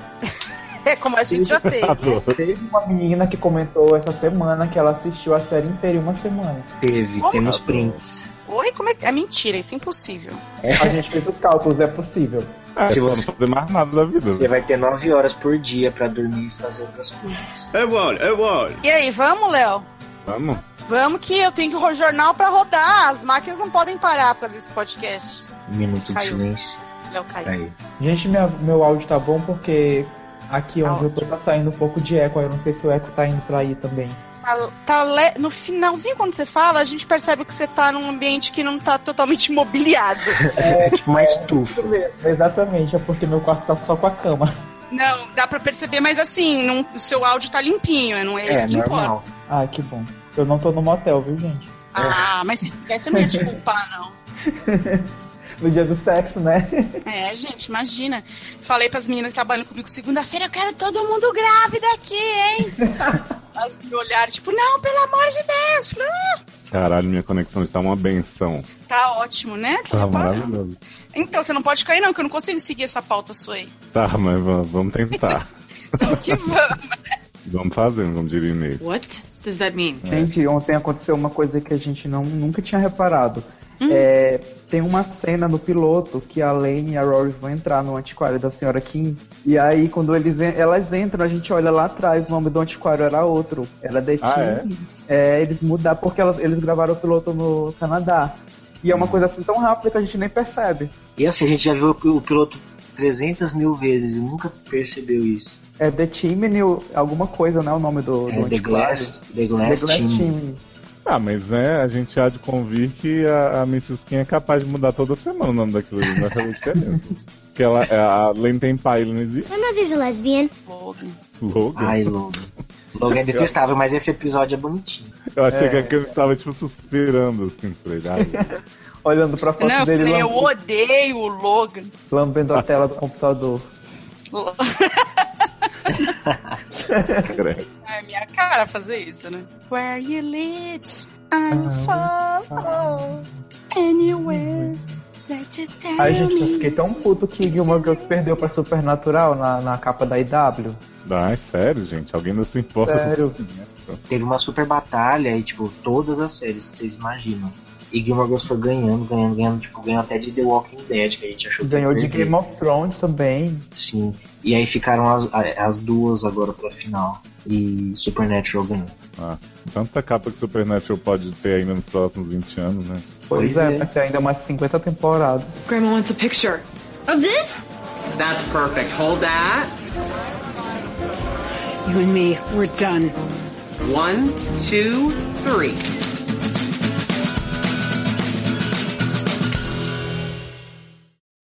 É como a gente já fez. né?
Teve uma menina que comentou essa semana que ela assistiu a série inteira em uma semana.
Teve,
Como?
temos prints.
Oi, como é que. É mentira, isso é impossível.
A gente fez os cálculos, é possível.
Ah,
Se
se
você-
você não fazer mais nada da vida. né?
Você vai ter nove horas por dia pra dormir e fazer outras coisas.
É bom, é bom.
E aí, vamos, Léo?
Vamos.
Vamos que eu tenho que ro- jornal pra rodar. As máquinas não podem parar por causa desse podcast.
Minuto de
Caiu.
silêncio.
Léo caiu.
Aí.
Gente, minha- meu áudio tá bom porque aqui
Ah.
onde eu tô tá saindo um pouco de eco, aí eu não sei se o eco tá indo pra aí também.
Tá- tá le- No finalzinho, quando você fala, a gente percebe que você tá num ambiente que não tá totalmente imobiliado.
É tipo uma estufa.
Exatamente, é porque meu quarto tá só com a cama.
Não, dá pra perceber, mas assim, não- o seu áudio tá limpinho, não é, isso que importa.
Ah, que bom. Eu não tô no motel, viu, gente?
Ah, mas se tivesse, eu não ia te culpar, não.
No dia do sexo, né?
É, gente, imagina. Falei pras meninas que trabalham comigo segunda-feira, eu quero todo mundo grávida aqui, hein? Elas me olharam, tipo, não, pelo amor de Deus. Falei, "Ah,
Caralho, minha conexão está uma benção.
tá ótimo, né?
Tá maravilhoso.
Então, você não pode cair, não, que eu não consigo seguir essa pauta sua aí.
Tá, mas vamos, vamos tentar.
Então, que vamos.
vamos fazer, vamos diria e-mail.
What does that mean? Gente, ontem aconteceu uma coisa que a gente não, nunca tinha reparado. É, tem uma cena no piloto que a Lane e a Rory vão entrar no antiquário da senhora Kim. E aí, quando eles, en- elas entram, a gente olha lá atrás, o nome do antiquário era outro. Era The
Ah,
Tim. É, eles mudaram porque elas- eles gravaram o piloto no Canadá. E é uma coisa assim tão rápida que a gente nem percebe.
E assim, a gente já viu o piloto 300 mil vezes e nunca percebeu isso.
É The Chimney, alguma coisa, né? O nome do,
É
do
The
antiquário.
Glass, The Glass,
The Glass
Chimney.
Chimney.
Ah, mas né, a gente há de convir que a, a Mrs. Kim é capaz de mudar toda semana o nome daquilo ali, né? Fazer diferença. Porque ela, é, a Lane tem pai, ele não existe.
My mother's a lesbian.
Logan.
Ai, Logan. Logan é detestável, mas esse episódio é bonitinho.
Eu achei que
É.
aquele tava, tipo, suspirando, assim, pra ele. Ai,
Olhando pra foto
Não, eu
dele
falei, eu
lambe-
odeio o Logan.
lambendo a tela do computador.
É minha cara fazer isso, né? Where you lit, I'm follow anywhere that you tell
Ai, gente, eu
me.
fiquei tão puto que Gilmore Girls perdeu pra Supernatural na, na capa da IW.
Ai, é sério, gente? Alguém não se importa? né?
Sério.
Teve uma super batalha e, tipo, todas as séries que vocês imaginam. E Gilmore Girls foi ganhando, ganhando, ganhando, tipo, ganhou até de The Walking Dead, que a gente achou que
Ganhou
ia
de
perder.
Game of Thrones também.
Sim. E aí ficaram as, a- as duas agora pra final. E Supernatural ganhou.
Ah, tanta capa que Supernatural pode ter ainda nos próximos 20 anos, né?
Pois é, vai ter ainda umas 50 temporadas.
Grandma wants a picture. Of this? That's perfect. Hold that. You and me, we're done. One, two, three.